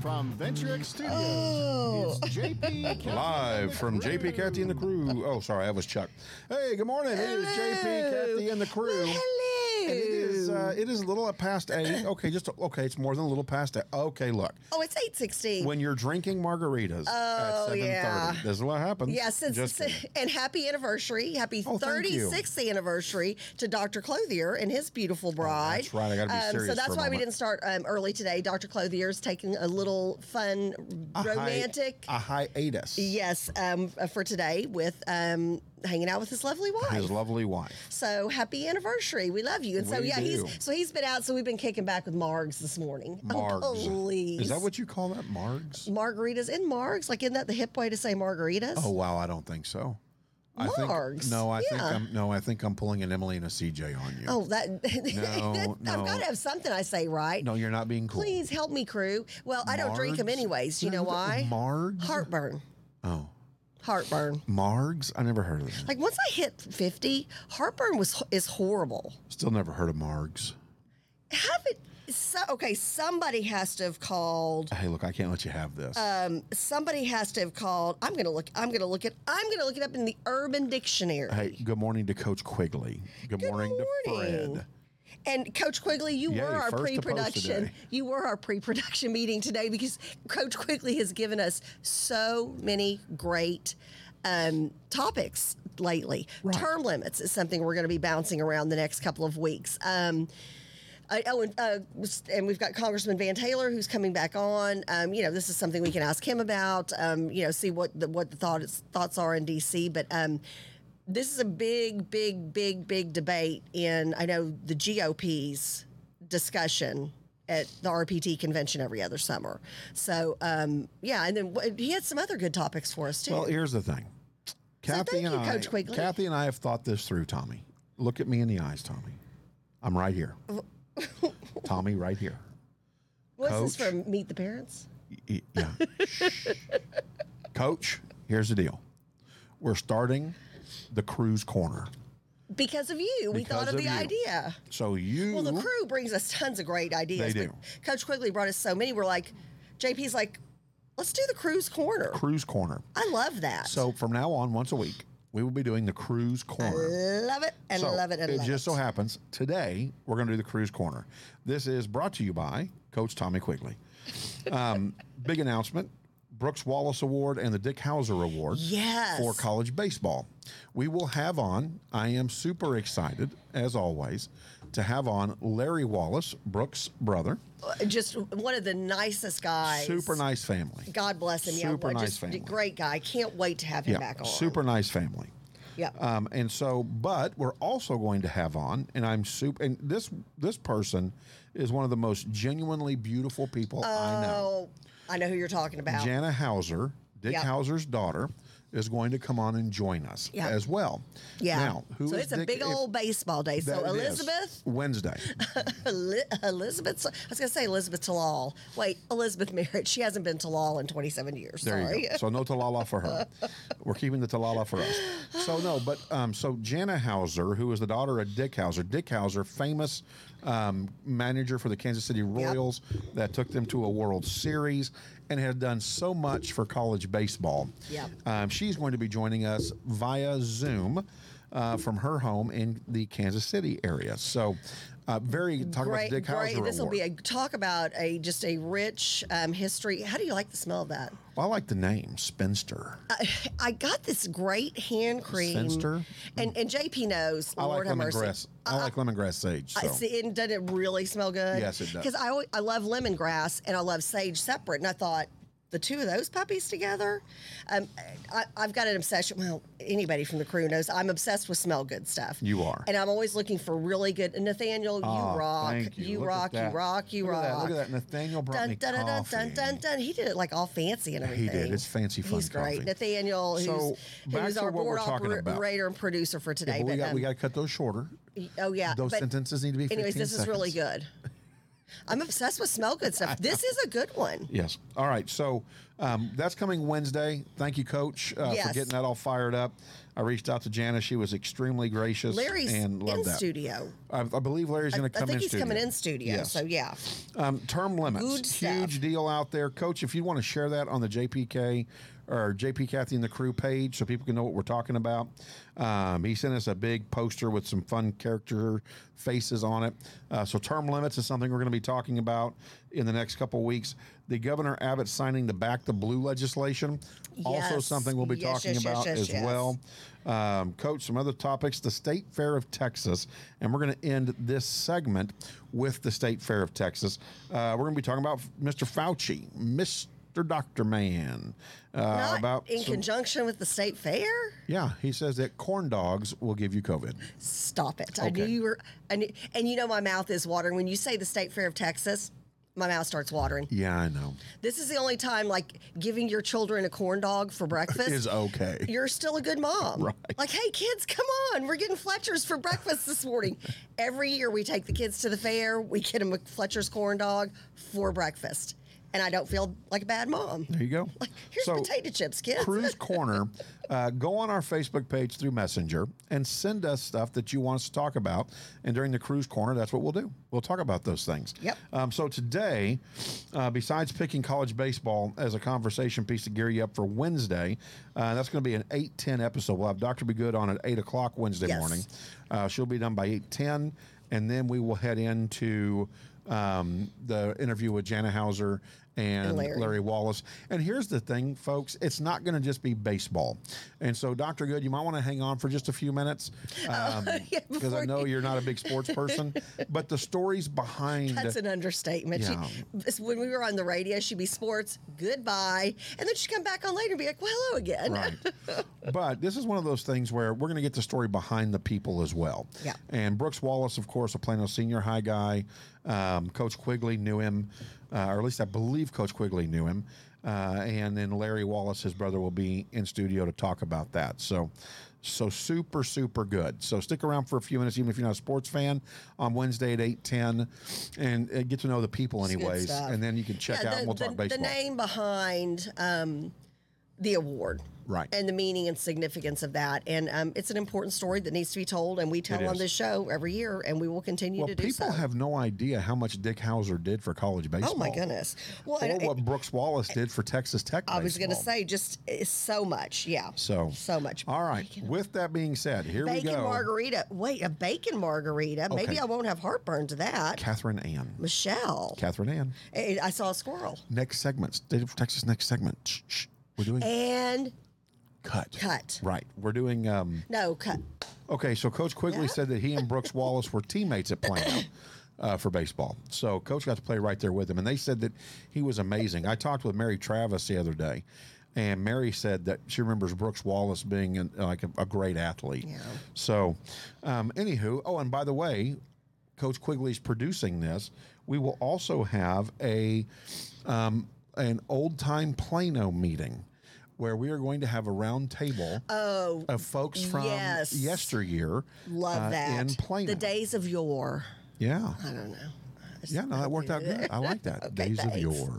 from VentureX Studios. Oh. It's JP Cat- Live from JP Cathy and the crew. Oh, sorry, that was Chuck. Hey, good morning. It is JP Cathy and the crew. Hello. And it is uh, it is a little past eight. Okay, just okay. It's more than a little past eight. Okay, look. oh, it's eight sixteen. When you're drinking margaritas at Oh, seven thirty, yeah. this is what happens. Yes, it's, Just it's- kidding. and happy anniversary, happy Oh, thank you. 36th anniversary to Dr. Clothier and his beautiful bride. Oh, that's right. I gotta be um, serious So that's for a why we moment. didn't start um, early today. Dr. Clothier's taking a little fun, A hi- romantic. a hiatus. yes, um, for today with um, hanging out with his lovely wife. His lovely wife. So happy anniversary. We love you. And so We yeah, do. he's so he's been out, so we've been kicking back with Margs this morning. Margs. Oh, please. Is that what you call that? Margs? margaritas and margs? Like isn't that the hip way to say margaritas? Oh wow, I don't think so. I Margs. think, no, I think Yeah. I'm no, I think I'm pulling an Emily and a CJ on you. Oh, that No, no. I've got to have something I say right. No, you're not being cool. Please help me, crew. Well, I don't drink them Margs? anyways. You No, know you why? don't- Margs? Heartburn. Oh. Heartburn. Margs? I never heard of that. Like once I hit fifty, heartburn was is horrible. Still never heard of Margs. Have it. So okay, somebody has to have called. um, Hey, look, I can't let you have this. Uh, Somebody has to have called. I'm gonna look. I'm gonna look it. I'm gonna look it up in the Urban Dictionary. hey, good morning to Coach Quigley. Good, morning, to morning. Fred. And Coach Quigley, you Yay, were our first to post pre-production. today. You were our pre-production meeting today because Coach Quigley has given us so many great um, topics lately. Right. Term limits is something we're going to be bouncing around the next couple of weeks. Um, I, oh, and, uh, and we've got Congressman Van Taylor who's coming back on. Um, you know, this is something we can ask him about. Um, you know, see what the, what the thoughts thoughts are in DC. But um, this is a big, big, big, big debate in I know the GOP's discussion at the RPT convention every other summer. So um, yeah, and then wh- he had some other good topics for us too. Well, here's the thing. Kathy thank and you, I, Coach Quigley. Kathy and I have thought this through, Tommy. Look at me in the eyes, Tommy. I'm right here. Tommy, right here. What's this Coach. from Meet the Parents? Y- yeah. Shh. Coach, here's the deal. We're starting the cruise corner. Because of you, we Because thought of, of the you. idea. So you Well, the crew brings us tons of great ideas. They but do. Coach Quigley brought us so many. We're like, JP's like, let's do the cruise corner. cruise corner. I love that. So from now on, once a week, we will be doing the cruise corner. love it and So love it and it love just it. so happens today we're going to do the cruise corner. This is brought to you by Coach Tommy Quigley. Um, big announcement: Brooks Wallace Award and the Dick Hauser Award Yes. for college baseball. We will have on. I am super excited as always to have on Larry Wallace, Brooks' brother. just one of the nicest guys. Super nice family. God bless him. Super yeah, nice just family. great guy. Can't wait to have him Yeah, back on. super nice family. Yep. Um, and so, but we're also going to have on, and I'm super. And this this person is one of the most genuinely beautiful people I know. oh, I know who you're talking about. Jana Hauser, Dick Yep. Hauser's daughter, is going to come on and join us Yep. as well. yeah. Now, who so is it's a Dick- big if- old baseball day. So that it is. Elizabeth, Wednesday. Eli- Elizabeth, I was going to say Elizabeth Talal. Wait, Elizabeth Merritt. She hasn't been Talal in 27 years. There Sorry. you go. So no Talala for her. We're keeping the Talala for us. So no, but um, so Jana Hauser, who is the daughter of Dick Hauser, Dick Hauser, famous um, manager for the Kansas City Royals that took them to a World Series and had done so much for college baseball. Yep. Um, she's going to be joining us via Zoom. Uh, from her home in the Kansas City area, so uh, very talk about the Dick Hauser This will be Award. a talk about a just a rich um, history. How do you like the smell of that? I like the name Spinster. I, I got this great hand cream. Finster? And and JP knows. I like Lord have mercy. Uh, lemongrass. I like lemongrass sage. I So. see, and does it really smell good? Yes, it does. Because I always, I love lemongrass and I love sage separate, and I thought the two of those puppies together. Um, I, I've got an obsession. Well, anybody from the crew knows I'm obsessed with smell good stuff. You are. and I'm always looking for really good. And Nathaniel, you Oh, rock, thank you, Look at rock, you that. rock, you Look rock. At that. Look at that. Nathaniel brought me Dun, dun, dun, dun, coffee. dun, dun, dun. He did it like all fancy and He everything. did. It's fancy, fun He's great. coffee. Nathaniel, who's, So, back who's to our what we're board talking about. operator and producer for Yeah, today. but we but, got we um, got to cut those shorter. Oh yeah. Those but sentences need to be. Anyways, 15 this is really seconds. good. I'm obsessed with smell good stuff. This is a good one. Yes. All right. So um, that's coming Wednesday. Thank you, Coach, uh, Yes. for getting that all fired up. I reached out to Janice. She was extremely gracious Larry's and loved in that. studio. I, I believe Larry's going to come I think in he's studio. coming in studio. Yes. So yeah, Um, term limits, Good stuff. huge deal out there, Coach. If you want to share that on the JPK or JP Kathy and the Crew page, so people can know what we're talking about, um, he sent us a big poster with some fun character faces on it. Uh, so term limits is something we're going to be talking about in the next couple weeks. The Governor Abbott signing the Back the Blue legislation, also Yes. something we'll be Yes, talking yes, yes, about yes, as yes. well. Um, Coach, some other topics. The State Fair of Texas, and we're going to end this segment with the State Fair of Texas. Uh, we're going to be talking about Mr. Fauci, Mr. Doctor Man, uh, not about in some- conjunction with the state fair. yeah, he says that corn dogs will give you COVID. Stop it! I knew Okay. you were. I knew, and you know my mouth is watering when you say the state fair of Texas. My mouth starts watering. Yeah, I know. This is the only time like giving your children a corn dog for breakfast Is okay. You're still a good mom. Right. Like, hey kids, come on, we're getting Fletcher's for breakfast this morning. Every year we take the kids to the fair, we get them a Fletcher's corn dog for breakfast, and I don't feel like a bad mom. There you go. Here's So- potato chips, kids. Cruise Corner, uh, go on our Facebook page through Messenger and send us stuff that you want us to talk about. And during the Cruise Corner, that's what we'll do. We'll talk about those things. Yep. Um, so today, uh, besides picking college baseball as a conversation piece to gear you up for Wednesday, uh, that's going to be an eight ten episode. We'll have Dr. Be Good on at 8 o'clock Wednesday Yes. morning. Uh, she'll be done by eight ten, and then we will head into um, the interview with Jana Hauser and, And Larry. Larry. Wallace. And here's the thing, folks: it's not going to just be baseball. And so, Doctor Good, you might want to hang on for just a few minutes because Oh, yeah, I before know you- you're not a big sports person, but the stories behind That's an understatement. She- Yeah. this- when we were on the radio, she'd be sports, goodbye. And then she'd come back on later and be like, well, hello again. Right. but this is one of those things where we're going to get the story behind the people as well. Yeah. And Brooks Wallace, of course, a Plano senior high guy. Um, Coach Quigley knew him, uh, or at least I believe Coach Quigley knew him. Uh, and then Larry Wallace, his brother, will be in studio to talk about that. So, so super, super good. So stick around for a few minutes, even if you're not a sports fan, on Wednesday at eight ten, and uh, get to know the people, good anyways. stuff. And then you can check out. Yeah, and We'll talk baseball. The name behind um, the award. Right. And the meaning and significance of that. And um, it's an important story that needs to be told, and we tell It on is. this show every year, and we will continue well, to do people so. have no idea how much Dick Hauser did for college baseball. oh, my goodness. Well, or and it- what Brooks Wallace did for Texas Tech. I was going to baseball. say, just it's so much. Yeah. So, so much. All right. With that being said, here we Bacon go. margarita. Wait, a bacon margarita. Maybe Okay. I won't have heartburn to that. Catherine Ann. Michelle. Catherine Ann. Hey, I saw a squirrel. Next segment. State of Texas. Next segment. Shh, shh. We're doing And cut. cut. Right. We're doing. Um, No, cut. okay. So Coach Quigley said that he and Brooks Wallace were teammates at Plano. Uh, for baseball, so Coach got to play right there with him, and they said that he was amazing. I talked with Mary Travis the other day, and Mary said that she remembers Brooks Wallace being an, like a, a great athlete. Yeah. So, um, anywho, oh, and by the way, Coach Quigley's producing this. We will also have a um, an old time Plano meeting where we are going to have a round table Oh, of folks from yes. yesteryear. love uh, that. in Plano. The days of yore. Yeah. I don't know. Yeah, no, that worked out good. I like that. Days of yore.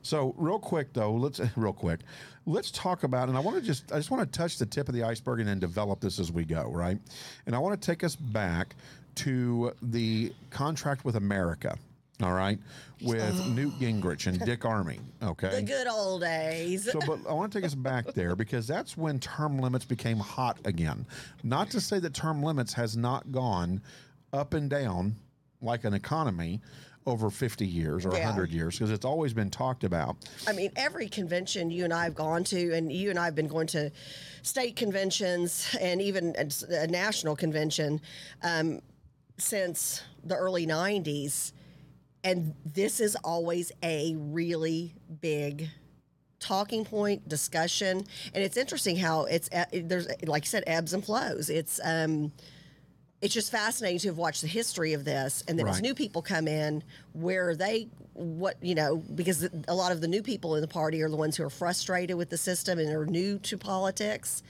So real quick though, let's real quick, let's talk about, and I want to just, I just want to touch the tip of the iceberg and then develop this as we go, right? And I want to take us back to the contract with America, all right, with Newt Gingrich and Dick Army, okay? Oh. The good old days. So, but I want to take us back there because that's when term limits became hot again. Not to say that term limits has not gone up and down like an economy over 50 years or Yeah. 100 years because it's always been talked about. I mean, every convention you and I have gone to, and you and I have been going to state conventions and even a, a national convention um, since the early 90s. And this is always a really big talking point discussion. And it's interesting how it's, uh, there's, like you said, ebbs and flows. It's, um, it's just fascinating to have watched the history of this and then as Right. new people come in where they what you know because a lot of the new people in the party are the ones who are frustrated with the system and are new to politics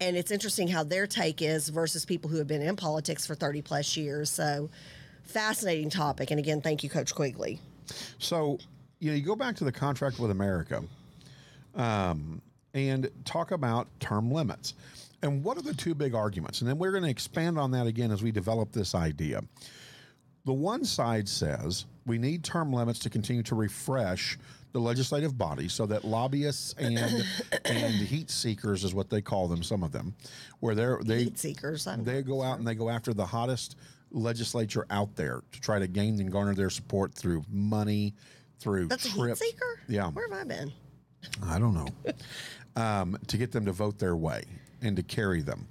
and it's interesting how their take is versus people who have been in politics for 30 plus years so fascinating topic. And again, thank you, Coach Quigley. So, you know, you go back to the contract with America um, and talk about term limits. And what are the two big arguments? And then we're going to expand on that again as we develop this idea. The one side says we need term limits to continue to refresh the legislative body so that lobbyists and and heat seekers is what they call them, some of them, where they're they Heat seekers. I don't they go out and they go after the hottest legislature out there to try to gain and garner their support through money, through That's a heat trips. seeker? Yeah. Where have I been? I don't know. um, to get them to vote their way and to carry them.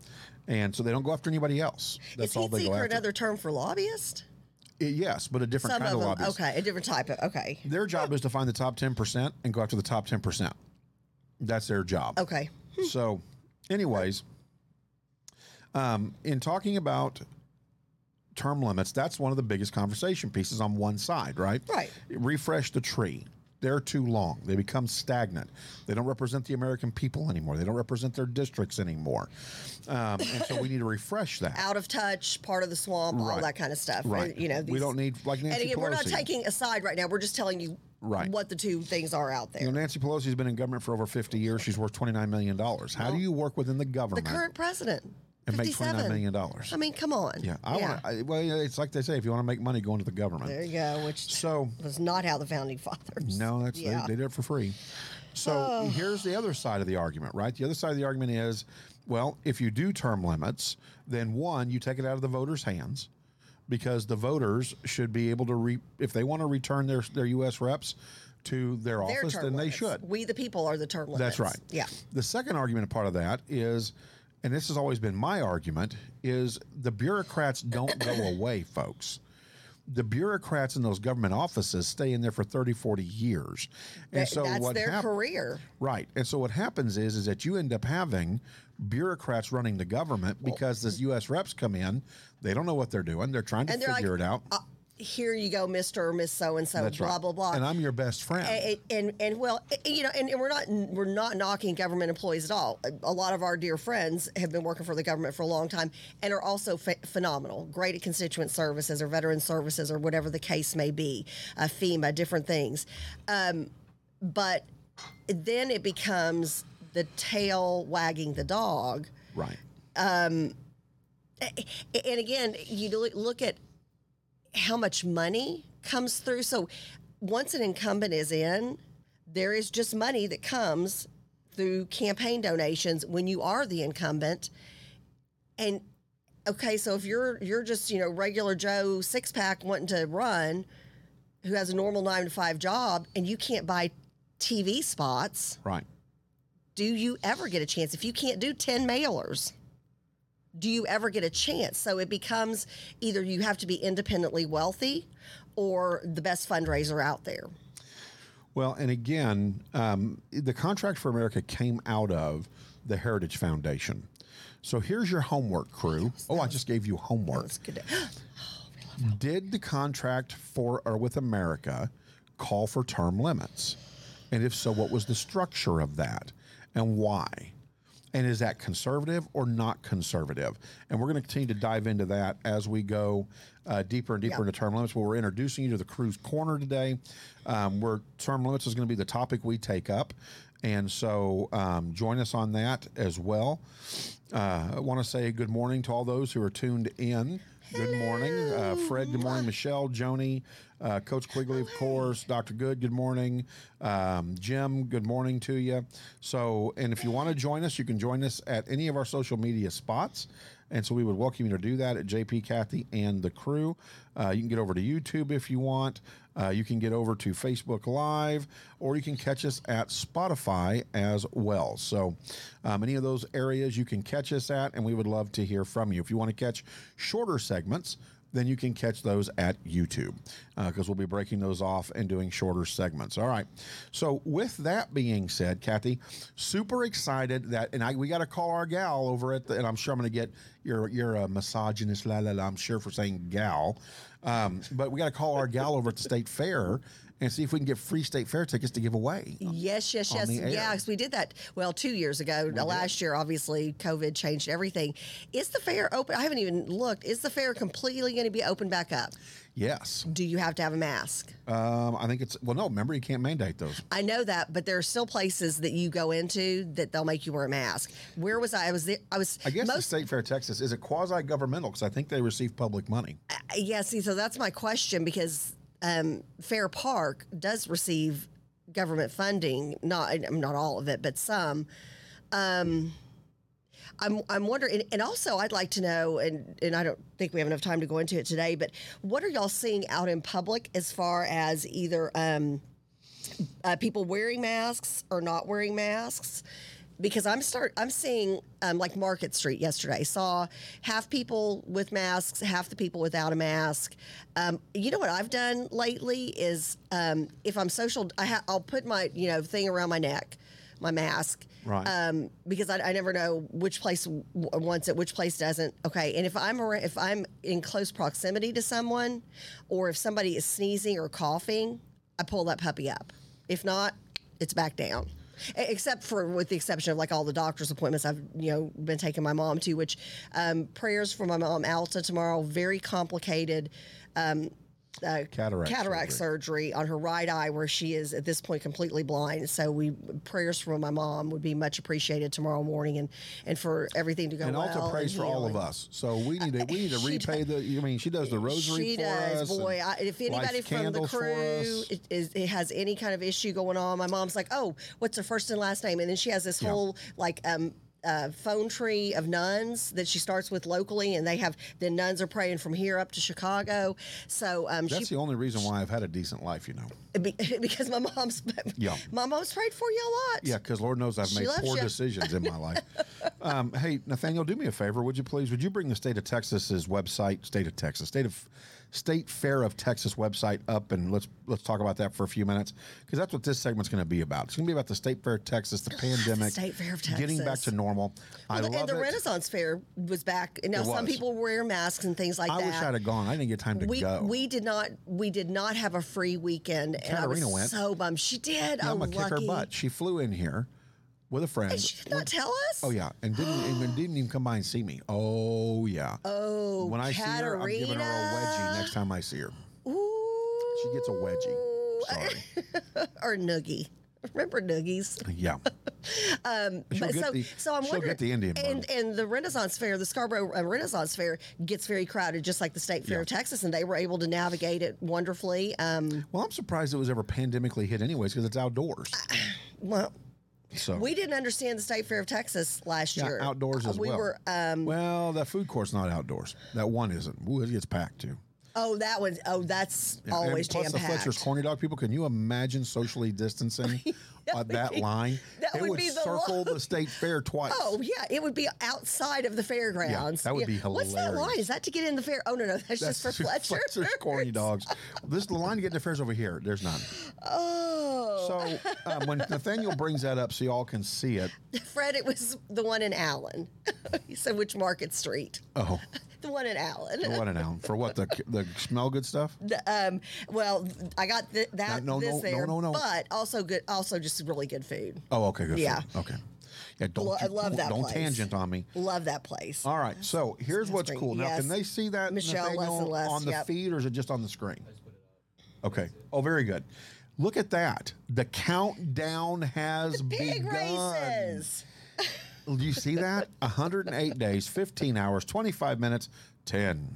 And so they don't go after anybody else. That's Is all heat they go seeker after. another term for lobbyist? I- yes, but a different Some kind of of them. lobbyist. Okay. A different type of. Okay. Their job is to find the top 10% and go after the top 10%. That's their job. Okay. So, anyways, um, in talking about term limits, that's one of the biggest conversation pieces on one side, right? Right. Refresh the tree. They're too long. They become stagnant. They don't represent the American people anymore. They don't represent their districts anymore. Um, and so we need to refresh that. Out of touch, part of the swamp, all Right. that kind of stuff. Right. You know, we don't need like Nancy And again, Pelosi. we're not taking a side right now. We're just telling you Right. what the two things are out there. You know, Nancy Pelosi's been in government for over 50 years. She's worth 29 million dollars. How do you work within the the government current president. and make 29 57. million dollars? I mean, come on. Yeah, I want to. Well, yeah, it's like they say, if you want to make money, go into the There government. you go, which So was not how the founding fathers. no, that's Yeah. Oh. they, they did it for free. So here's the other side of the argument, right? The other side of the argument is, well, if you do term limits, then one, you take it out of the voters' hands because the voters should be able to re if they want to return their their U.S. reps to their, Their office, term then limits. they should. We the people are the term limits. That's right. Yeah. The second argument part of that is, and this has always been my argument, is the bureaucrats don't go away, folks. The bureaucrats in those government offices stay in there for 30, 40 years. And Th- so that's what their hap- career. Right. And so what happens is is that you end up having bureaucrats running the government because the US reps come in, they don't know what they're doing. They're trying to hmm. And they're figure like, it out. Uh, here you go, Mister or Miss So and So. That's Blah right. blah blah. And I'm your best friend. and, and and well, i- you know, and, and we're not we're not knocking government employees at all. A- A lot of our dear friends have been working for the government for a long time and are also ph phenomenal, great at constituent services or veteran services or whatever the case may be, uh, FEMA, different things. Um, but then it becomes the tail wagging the dog right. a- and again, you lo- look at how much money comes through. So once an incumbent is in, there is just money that comes through campaign donations when you are the incumbent. And okay, so if you're you're just, you know, regular Joe six pack wanting to run who has a normal 9 to 5 job and you can't buy TV spots, Right. do you ever get a chance if you can't do 10 mailers do you ever get a chance so it becomes either you have to be independently wealthy or the best fundraiser out there Well, and again, um, the Contract for America came out of the Heritage Foundation. So here's your homework, crew. Oh, I just gave you homework. It's good. Did the contract for or with America call for term limits? And if so, what was the structure of that and why? And is that conservative or not conservative? And we're going to continue to dive into that as we go uh, deeper and deeper into term limits. Well, we're introducing you to the Cruise Corner today, um, where term limits is going to be the topic we take up. And so um, join us on that as well. Uh, I want to say good morning to all those who are tuned in. Good morning, uh, Fred. Good morning, Michelle, Joni, uh, Coach Quigley, of course, Dr. Good. Good morning, um, Jim. Good morning to you. So, and if you want to join us, you can join us at any of our social media spots. And so we would welcome you to do that at JP, Kathy, and the crew. Uh, you can get over to YouTube if you want. Uh, you can get over to Facebook Live, or you can catch us at Spotify as well. So, um, any of those areas you can catch us at, and we would love to hear from you. If you want to catch shorter segments, then you can catch those at YouTube because we'll be breaking those off and doing shorter segments. All right. So with that being said, Kathy, super excited that, and I we got to call our gal over at the, and I'm sure I'm going to get your you're a misogynist, la la la. I'm sure for saying gal, um, but we got to call our gal over at the state fair and see if we can get free state fair tickets to give away. Yes, yes, on yes. the Yeah, air. 'cause we did that. Well, two years ago. last year, obviously, COVID changed everything. Is the fair open? I haven't even looked. Is the fair completely going to be open back up? Yes. Do you have to have a mask? Um, I think it's well. No, remember you can't mandate those. I know that, but there are still places that you go into that they'll make you wear a mask. Where was I? I was there. I was I guess the most. state fair Texas is it quasi governmental because I think they receive public money. yeah, see, so that's my question because um, Fair Park does receive government funding, not not all of it, but some. Um, I'm I'm wondering, and also I'd like to know, and and I don't think we have enough time to go into it today, but what are y'all seeing out in public as far as either um, uh, people wearing masks or not wearing masks? Because I'm start I'm seeing um, like Market Street yesterday saw half people with masks, half the people without a mask. Um, you know what I've done lately is um, if I'm social, I ha- I'll put my you know thing around my neck, my mask, Right. um, because I, I never know which place w- wants it, which place doesn't. Okay, and if I'm around, if I'm in close proximity to someone, or if somebody is sneezing or coughing, I pull that puppy up. If not, it's back down. E- Except for, with the exception of like all the doctor's appointments, I've you know been taking my mom to, which um, prayers for my mom Alta tomorrow. Very complicated Cataract. cataract surgery. surgery. on her right eye where she is at this point completely blind so we prayers from my mom would be much appreciated tomorrow morning and and for everything to go And well also prays and for all of healing. us. So we need to we need to she repay the. I mean, she does the rosary she for does, us. and boy. I, if lights anybody from the candles for crew us. it is, it has any kind of issue going on, my mom's like, "Oh, what's her first and last name?" And then she has this whole like um, uh, phone tree of nuns that she starts with locally, and they have the nuns are praying from here up to Chicago. So um, she That's the only reason why I've had a decent life, you know. Be- because my mom's Yeah. my mom's prayed for you a lot. Yeah, because Lord knows I've She made loves poor you. decisions in my life. Um, hey, Nathaniel, do me a favor, would you please? Would you bring the state of Texas's website, state of Texas, state of state fair of Texas website up, and let's let's talk about that for a few minutes because that's what this segment's going to be about. It's going to be about the state fair of Texas, the pandemic, State Fair of getting back Texas. to normal. I Well, the- love and the it. Renaissance Fair was back. Now some was. people wear masks and things like I that. wish I'd have gone. I didn't get time to we go. we did not we did not have a free weekend. and I was Katarina went. so bummed. She did. I'm oh, gonna lucky. kick her butt. She flew in here with a friend. She did not tell us. Oh yeah, and didn't and didn't even come by and see me. Oh yeah. Oh, when I see her, I'm giving her a wedgie Katarina. next time I see her. Ooh. She gets a wedgie. Sorry. or noogie. Remember noogies? Yeah. Um, She'll but get so, the- so I'm she'll wondering, get the Indian and and the Renaissance Fair, the Scarborough uh, Renaissance Fair gets very crowded, just like the State Fair Yeah. of Texas, and they were able to navigate it wonderfully. Um, Well, I'm surprised it was ever pandemically hit, anyways, because it's outdoors. well, So Uh, we didn't understand the State Fair of Texas last yeah, year. outdoors Uh, as we well. were. Um, well, that food court's not outdoors. That one isn't. Ooh, it gets packed too. oh, that one. Oh, that's Yeah, always and plus jam the Fletcher's packed. corny dog people. Can you imagine socially distancing on that line? that it would would be the circle line. the state fair twice. Oh yeah, it would be outside of the fairgrounds. that would be What's that line? hilarious. Is that to get in the fair? Oh no, no, that's, just for Fletcher. Fletcher's corny dogs. This the line to get to fairs over here. There's none. Oh, So um, when Nathaniel brings that up, so y'all can see it. Fred, it was the one in Allen. he said which Market Street. Oh, The one in Allen. what an hour for what the the smell good stuff. The, um, well, th- I got th- that No, no, this no, there, no, no, no. but also good, also just really good food. Oh, okay, good. for Yeah. you. Okay. Yeah. Don't. Lo- I you- love that Don't place. tangent on me. Love that place. All right. So here's what's great. cool. Now, Yes. can they see that Michelle, less Nathaniel and less, on the yep. feed, or is it just on the screen? Okay. Oh, very good. Look at that. The countdown has Pig begun. races. Do you see that? 108 days, 15 hours, 25 minutes, 10,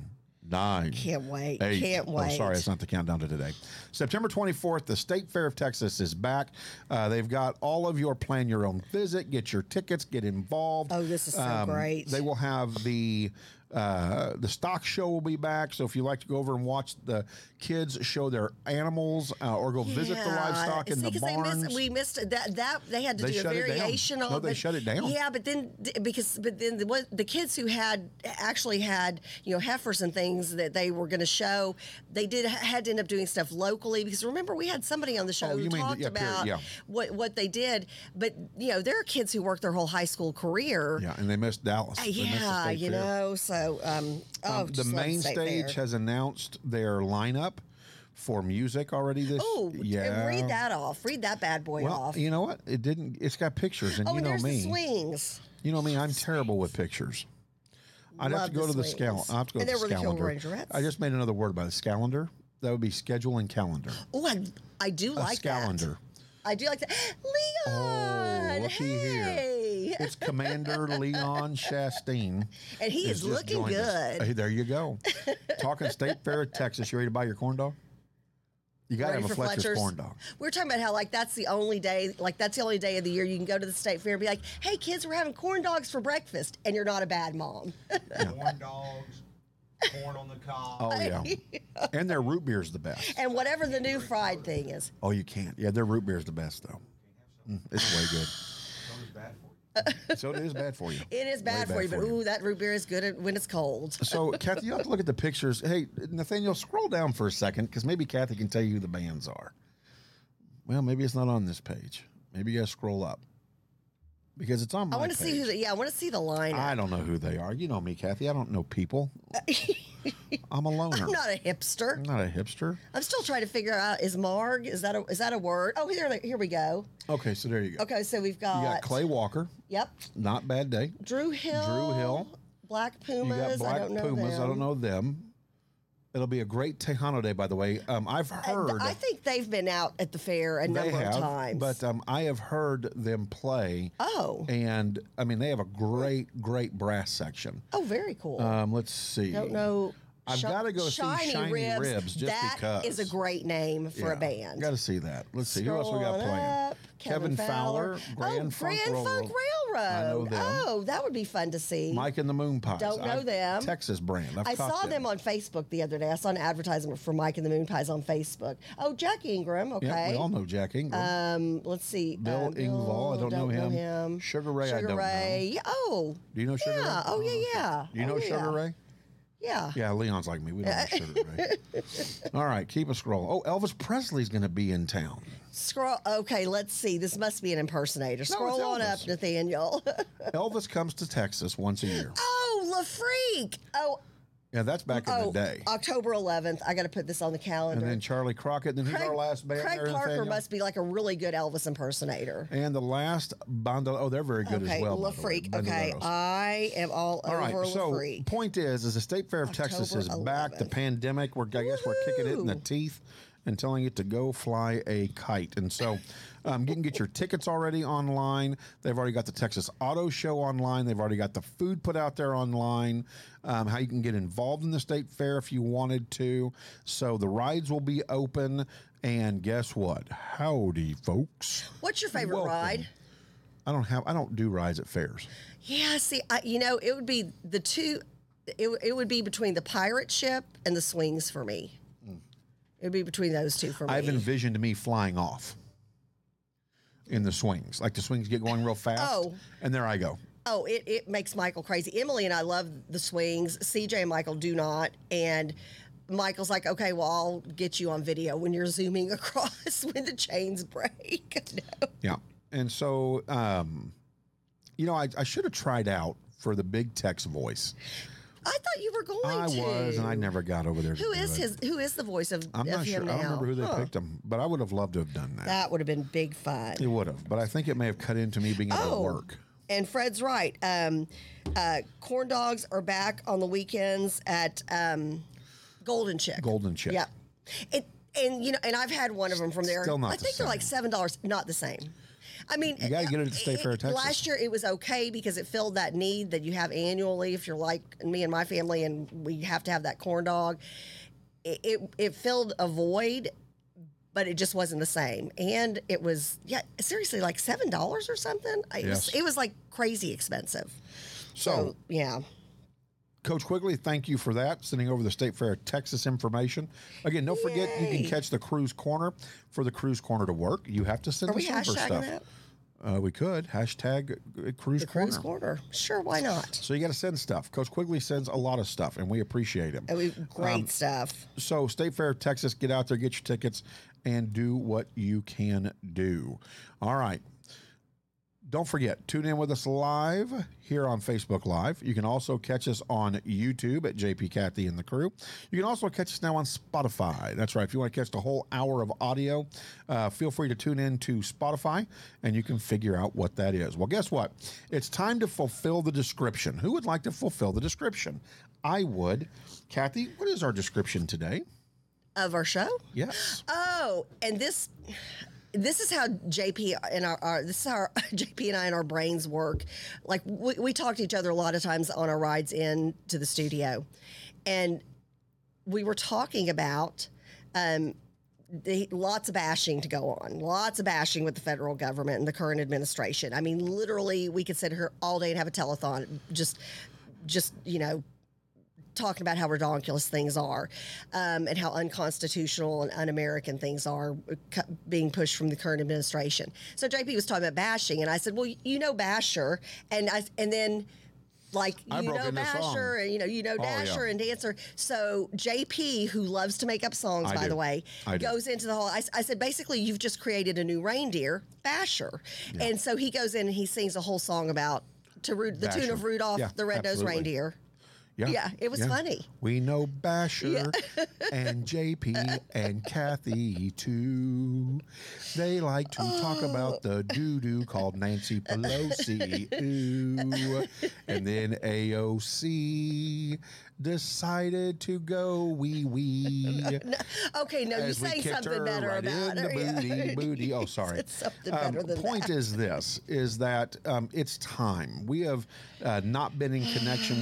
9. Can't wait. Eight. Can't Oh, wait. sorry, it's not the countdown to today. September 24th, the State Fair of Texas is back. Uh, they've got all of your plan your own visit, get your tickets, get involved. Oh, this is so great. Um, They will have the uh, the stock show will be back. So if you like to go over and watch the kids show their animals uh, or go visit the Yeah. livestock in See, the 'cause they barns. missed, we missed that. That they had to They do a shut it down. variation on. No, they shut it down. Yeah, but then d- because but then the, what, the kids who had actually had you know heifers and things that they were going to show, they did had to end up doing stuff locally because remember we had somebody on the show Oh, who you mean- talked yeah, period, about yeah. what what they did. But you know there are kids who work their whole high school career. yeah, and they missed Dallas. They missed the Yeah, State you Fair. know, so um, oh, the just love main State stage Fair. has announced their lineup for music already this Oh, yeah read that off. Read that bad boy well off. you know what it didn't it's got pictures and oh, you and know there's me the swings. you know me i'm terrible with pictures I'd have Love to go the to the scale. swings. I have to go And to there were the the Kill calendar. Rangerettes. I just made another word about it. Scalender. That would be schedule and calendar. Oh, I, I do A like that. scalender. I do like that. Leon, looky Oh, here. hey, It's Commander Leon Chastain. and he has is just looking joined us. good. Hey, there you go. Talking State Fair of Texas. You ready to buy your corn dog? You got to Ready have a for Fletcher's, Fletcher's? corn dog. We were talking about how like that's the only day, like that's the only day of the year you can go to the state fair and be like, "Hey kids, we're having corn dogs for breakfast," and you're not a bad mom. Corn dogs, corn on the cob. Oh, yeah. and their root beer's the best. and whatever the new fried thing is, Oh, you can't. Yeah, their root beer's the best, though. Mm, It's way good. That was bad for you. So it is bad for you. it is Way bad for you. But ooh, that root beer is good at- when it's cold. So, Kathy, you have to look at the pictures. Hey, Nathaniel, scroll down for a second because maybe Kathy can tell you who the bands are. Well, maybe it's not on this page. Maybe you got to scroll up because it's on my I want to see who. page. The, yeah, I want to see the lineup. I don't know who they are. You know me, Kathy. I don't know people. I'm a loner. I'm not a hipster. I'm not a hipster. I'm still trying to figure out is marg is that a is that a word? Oh, here they- here we go. Okay, so there you go. Okay, so we've You got, got Clay Walker. Yep, Not bad day. Drew Hill. Hill. Black You Pumas. got Black I don't know Pumas. Them. I don't know them. It'll be a great Tejano day, by the way. Um, I've And heard. I think they've been out at the fair a number of times. But um, I have heard them play. oh, And I mean, they have a great, great brass section. oh, very cool. Um, let's see. don't know. I've Sh- gotta go see Shiny Ribs just That because. is a great name for a band. Got to see that. Let's see who else we got Scroll on playing. up. Kevin, Fowler, Grand, oh, Funk, Grand Railroad, Funk Railroad. I know them. Oh, that would be fun to see. Mike and the Moon Pies. Don't know I've- them. Texas brand. I've I caught saw them. on Facebook the other day. I saw an advertisement for Mike and the Moon Pies on Facebook. Oh, Jack Ingram. Okay. Yeah, we all know Jack Ingram. Um, let's see. Bill uh, Ingvall, I don't know him. Sugar Ray, I Sugar don't know. Ray. Yeah, Oh, Do you know Sugar yeah. Ray? Oh, yeah, yeah. Do you know oh, Sugar yeah. Ray? Yeah. Yeah, Leon's like me. We don't know Sugar Ray. All right, keep a scroll. Oh, Elvis Presley's going to be in town. Scroll. Okay, let's see. This must be an impersonator. Scroll on Elvis. up, Nathaniel. Elvis comes to Texas once a year. oh, LaFreak. Oh, Yeah, that's back in oh, the day. October 11th. I got to put this on the calendar. and then Charlie Crockett. And then who's Craig, our last band? Craig there, Parker Nathaniel? must be like a really good Elvis impersonator. And the last Bondo. Oh, they're very good okay, as well. by the way, LaFreak. Okay, Bandoleros. I am all, All right. over So LaFreak. point is, is the State Fair of Texas is October back. The 11th. pandemic. We're I guess we're kicking it in the Woohoo. teeth and telling it to go fly a kite. And so. Um, you can get your tickets already online. They've already got the Texas Auto Show online. They've already got the food put out there online. Um, how you can get involved in the state fair if you wanted to. So the rides will be open. And guess what? Howdy, folks! What's your favorite Welcome. ride? I don't have. I don't do rides at fairs. Yeah, see, I, you know, it would be the two. It, it would be between the pirate ship and the swings for me. Hmm. It would be between those two for I've me. envisioned me flying off in the swings. Like the swings get going real fast. Oh. And there I go. oh, it, it makes Michael crazy. Emily and I love the swings. CJ and Michael do not. And Michael's like, okay, well, I'll get you on video when you're zooming across when the chains break. no. Yeah. And so, um, you know, I, I should have tried out for the big text voice. I thought you were going I to. was, and I never got over there. to Who do is it. his? Who is the voice of, I'm of not sure. him I now? don't remember who they Huh. picked him, but I would have loved to have done that. That would have been big fun. it would have, but I think it may have cut into me being able Oh, to work. And Fred's right. Um, uh, corn dogs are back on the weekends at um, Golden Chick. Golden Chick. Yep. It, and you know, and I've had one of them from there. Still not I the think they're like same. seven dollars. Not the same. I mean, You gotta get it at the State Fair of Texas. Last year it was okay because it filled that need that you have annually. If you're like me and my family, and we have to have that corn dog, it it, it filled a void. But it just wasn't the same, and it was yeah seriously like seven dollars or something. It, Yes. was, it was like crazy expensive. so So yeah, Coach Quigley, thank you for that, sending over the State Fair of Texas information. Again, don't forget you can Yay. catch the Cruise Corner. For the Cruise Corner to work, you have to send are the we sleeper hashtagging stuff. that? Uh, we could hashtag uh, Cruise The Corner. cruise corner. Sure, why not? So you got to send stuff. Coach Quigley sends a lot of stuff, and we appreciate him. It was great Um, stuff. So State Fair of Texas, get out there, get your tickets, and do what you can do. All right. Don't forget, tune in with us live here on Facebook Live. You can also catch us on YouTube at JP Cathy and the crew. You can also catch us now on Spotify. That's right. If you want to catch the whole hour of audio, uh, feel free to tune in to Spotify and you can figure out what that is. Well, guess what? It's time to fulfill the description. Who would like to fulfill the description? I would. Kathy, what is our description today? of our show. Yes. Oh, and this this is how JP and our, our this is how our, JP and I and our brains work. Like we, we talk to each other a lot of times on our rides in to the studio, and we were talking about. Um, the, lots of bashing to go on, lots of bashing with the federal government and the current administration. I mean, literally, we could sit here all day and have a telethon, just, just you know, talking about how redonkulous things are um, and how unconstitutional and un-American things are uh, cu- being pushed from the current administration. So JP was talking about bashing, and I said, "Well, you know Basher," and I and then like I you broke know into Basher song. and you know you know Oh, yeah. Dasher and Dancer. So JP, who loves to make up songs, I by do. the way, I do. goes into the whole. I, s- I said basically, you've just created a new reindeer, Basher, and so he goes in and he sings a whole song about. To Ru- the tune Basher. of Rudolph Yeah, the Red-Nosed absolutely. Reindeer. Yeah, it was funny. We know Basher and JP and Kathy too. They like to talk about the doo doo called Nancy Pelosi. Ooh. And then AOC decided to go wee wee. Okay, no, you as we sang kicked something her better right about in the her. yeah. booty, booty. Oh, sorry. something better than point is this: is that um, it's time. We have uh, not been in connection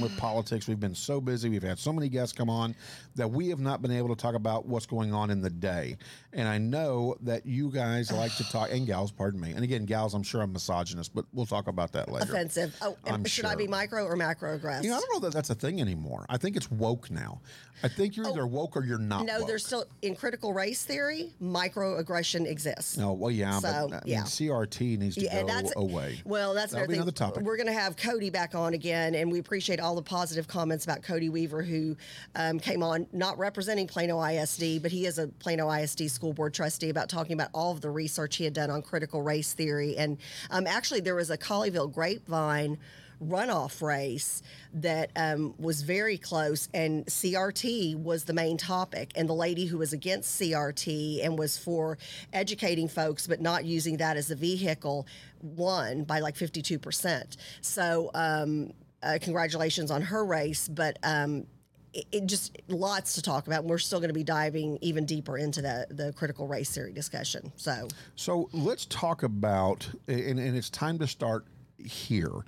with politics. We've been so busy. We've had so many guests come on that we have not been able to talk about what's going on in the day. And I know that you guys like to talk and gals, pardon me. And again, gals, I'm sure I'm misogynist, but we'll talk about that later. Offensive. Oh, and I'm should I be sure. micro or macroaggressive? You know, I don't know that that's a thing anymore. I think it's woke now. I think you're either woke or you're not. Oh, no, woke. there's still in critical race theory, microaggression exists. No, well, yeah, So, but I mean, yeah. CRT needs to Yeah, go and that's away. Well, that's That'll another be thing. another topic. We're going to have Cody back on again, and we appreciate all the positive comments about Cody Weaver, who um, came on not representing Plano ISD, but he is a Plano ISD school board trustee about talking about all of the research he had done on critical race theory. And um, actually, there was a Colleyville grapevine runoff race that um, was very close, and CRT was the main topic. And the lady who was against CRT and was for educating folks but not using that as a vehicle won by like 52%. So, um, uh, congratulations on her race, but um, it, it just lots to talk about. And we're still going to be diving even deeper into the, the critical race theory discussion. So, So let's talk about, and, and it's time to start here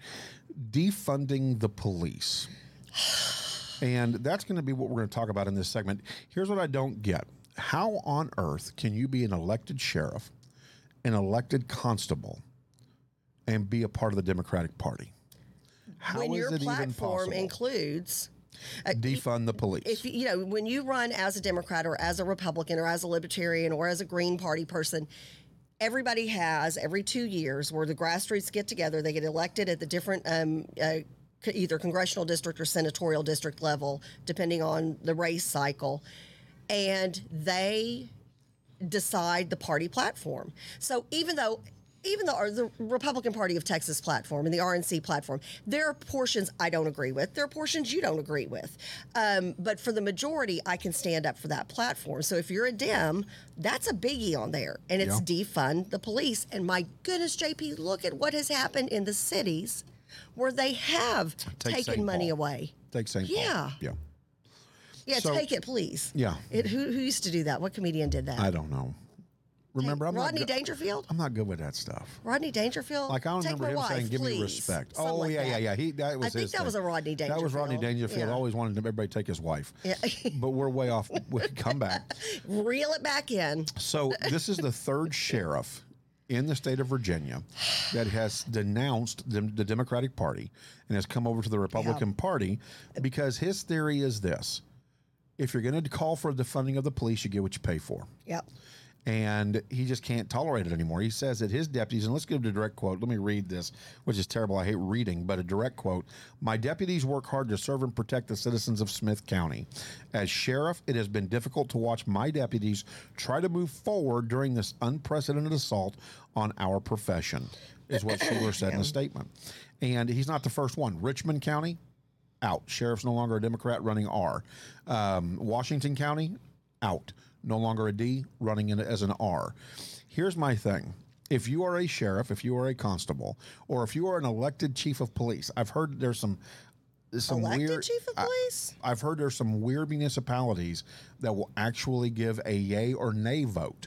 defunding the police. And that's going to be what we're going to talk about in this segment. Here's what I don't get How on earth can you be an elected sheriff, an elected constable, and be a part of the Democratic Party? How is when your it even platform possible? includes defund the police. if you know when you run as a democrat or as a republican or as a libertarian or as a green party person everybody has every two years where the grassroots get together they get elected at the different um, uh, c- either congressional district or senatorial district level depending on the race cycle and they decide the party platform. So even though even though or the Republican Party of Texas platform and the RNC platform, there are portions I don't agree with. There are portions you don't agree with. Um, but for the majority, I can stand up for that platform. So if you're a Dem, that's a biggie on there. And it's defund the police. And my goodness, JP, look at what has happened in the cities where they have Take St. taken money Paul. away. Take St. Paul. Yeah. Yeah. Yeah, So- take it, please. Yeah. It, who, who used to do that? What comedian did that? I don't know. Remember, I'm Rodney not. Go- Dangerfield? I'm not good with that stuff. Rodney Dangerfield. Like I don't Take remember my him wife, saying, "Give please," me respect." something oh like yeah, that. yeah, yeah. He that was. I think his that was thing. a Rodney That was Rodney Dangerfield. Dangerfield. Yeah. Always wanted to- everybody to take his wife. Yeah. but we're way off. We come back. Reel it back in. So this is the third sheriff in the state of Virginia that has denounced the, the Democratic Party and has come over to the Republican Party because his theory is this: if you're going to call for the funding of the police, you get what you pay for. Yep. and he just can't tolerate it anymore. He says that his deputies, and let's give a direct quote. Let me read this, which is terrible. I hate reading, but a direct quote. My deputies work hard to serve and protect the citizens of Smith County. As sheriff, it has been difficult to watch my deputies try to move forward during this unprecedented assault on our profession. is what Schuler said in a statement. And he's not the first one. Richmond County, out. Sheriff's no longer a Democrat, running R. Um, Washington County, out. No longer a D, running in as an R. Here's my thing. If you are a sheriff, if you are a constable, or if you are an elected chief of police, I've heard there's some some Elected weird chief of I- police? I've heard there's some weird municipalities that will actually give a yay or nay vote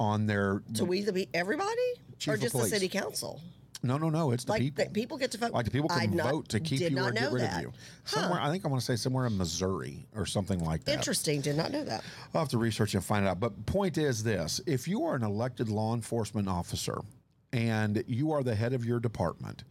on their So we the pe- everybody Chief or of just the police. city council? no no no it's the Like people that people get to vote. like the people I can not- vote to keep did you not or get know rid that. of you somewhere I think I want to say somewhere in Missouri or something like that Interesting. Did not know that. I'll have to research and find out. But point is this: if you are an elected law enforcement officer and you are the head of your department,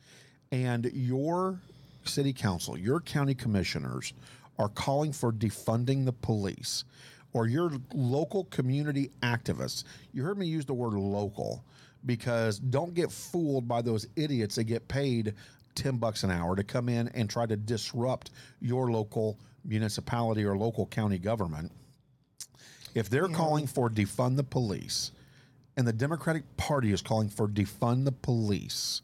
and your city council, your county commissioners are calling for defunding the police, or your local community activists, you heard me use the word local because don't get fooled by those idiots that get paid 10 bucks an hour to come in and try to disrupt your local municipality or local county government if they're calling for defund the police and the Democratic Party is calling for defund the police,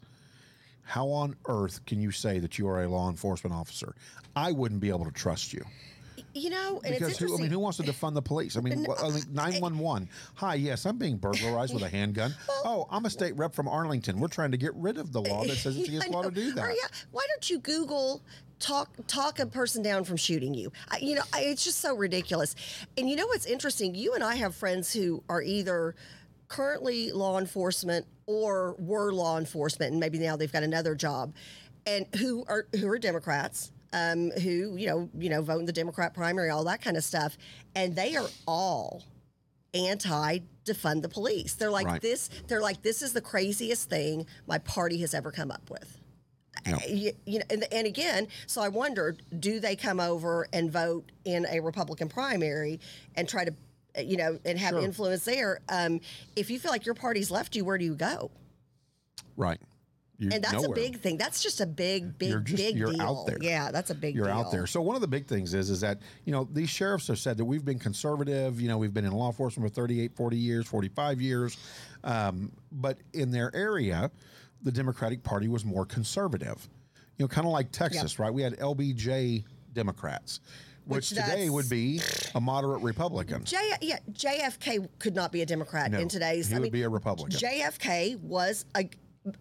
how on earth can you say that you are a law enforcement officer? I wouldn't be able to trust you You know, and because it's who, I interesting. mean, who wants to defund the police? I mean, what- I mean, 911. Hi, yes, I'm being burglarized with a handgun. Oh, I'm a state rep from Arlington. We're trying to get rid of the law that says it's Yeah, I against law to know. do Or, that. yeah, why don't you Google talk talk a person down from shooting you? I, you know, I, it's just so ridiculous. And you know what's interesting? You and I have friends who are either currently law enforcement or were law enforcement, and maybe now they've got another job, and who are who are Democrats. Um, who you know you know vote in the Democrat primary, all that kind of stuff, and they are all anti defund the police. They're like Right. this. They're like this is the craziest thing my party has ever come up with. No. You, you know, and, and again, so I wondered, do they come over and vote in a Republican primary and try to, uh, you know, and have influence there? Um, if you feel like your party's left you, where do you go? Right. You, And that's a nowhere. big thing. That's just a big, big, You're just- big you're deal. out there. Yeah, that's a big. you're deal. out there. So one of the big things is is that you know these sheriffs have said that we've been conservative. You know we've been in law enforcement for 38, 40 years, 45 years, um, but in their area, the Democratic Party was more conservative. You know, kind of like Texas, right? We had LBJ Democrats, which, Which today that's- would be a moderate Republican. J- yeah, JFK could not be a Democrat No, in today's. he would be a Republican. JFK was a,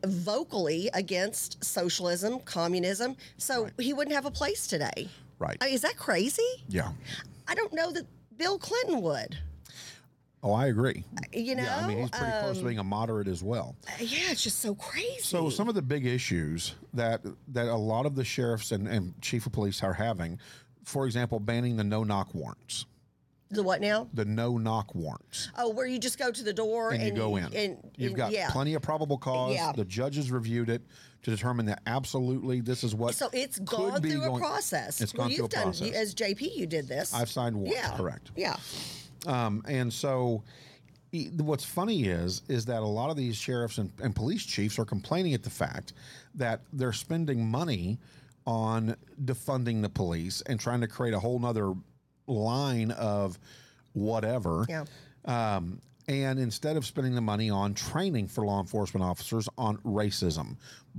vocally against socialism, communism, so he wouldn't have a place today. Right. I mean, is that crazy? yeah. I don't know that Bill Clinton would. Oh, I agree. You know, um, yeah, I mean he's pretty close to being a moderate as well. Uh, yeah, it's just so crazy. So some of the big issues that that a lot of the sheriffs and, and chief of police are having, for example, banning the no knock warrants. the what now? The no knock warrants. Oh, where you just go to the door And, and, you go in. And, You've and- got yeah. plenty of probable cause. Yeah. The judges reviewed it to determine that absolutely this is what So it's could gone be through a going- process. It's well, gone through you've a done process. you- as JP. You did this. I've signed warrants, Yeah. correct. Yeah. Um, and so, e- what's funny is is that a lot of these sheriffs and, and police chiefs are complaining at the fact that they're spending money on defunding the police and trying to create a whole nother line of whatever. Yeah. Um, and instead of spending the money on training for law enforcement officers on racism,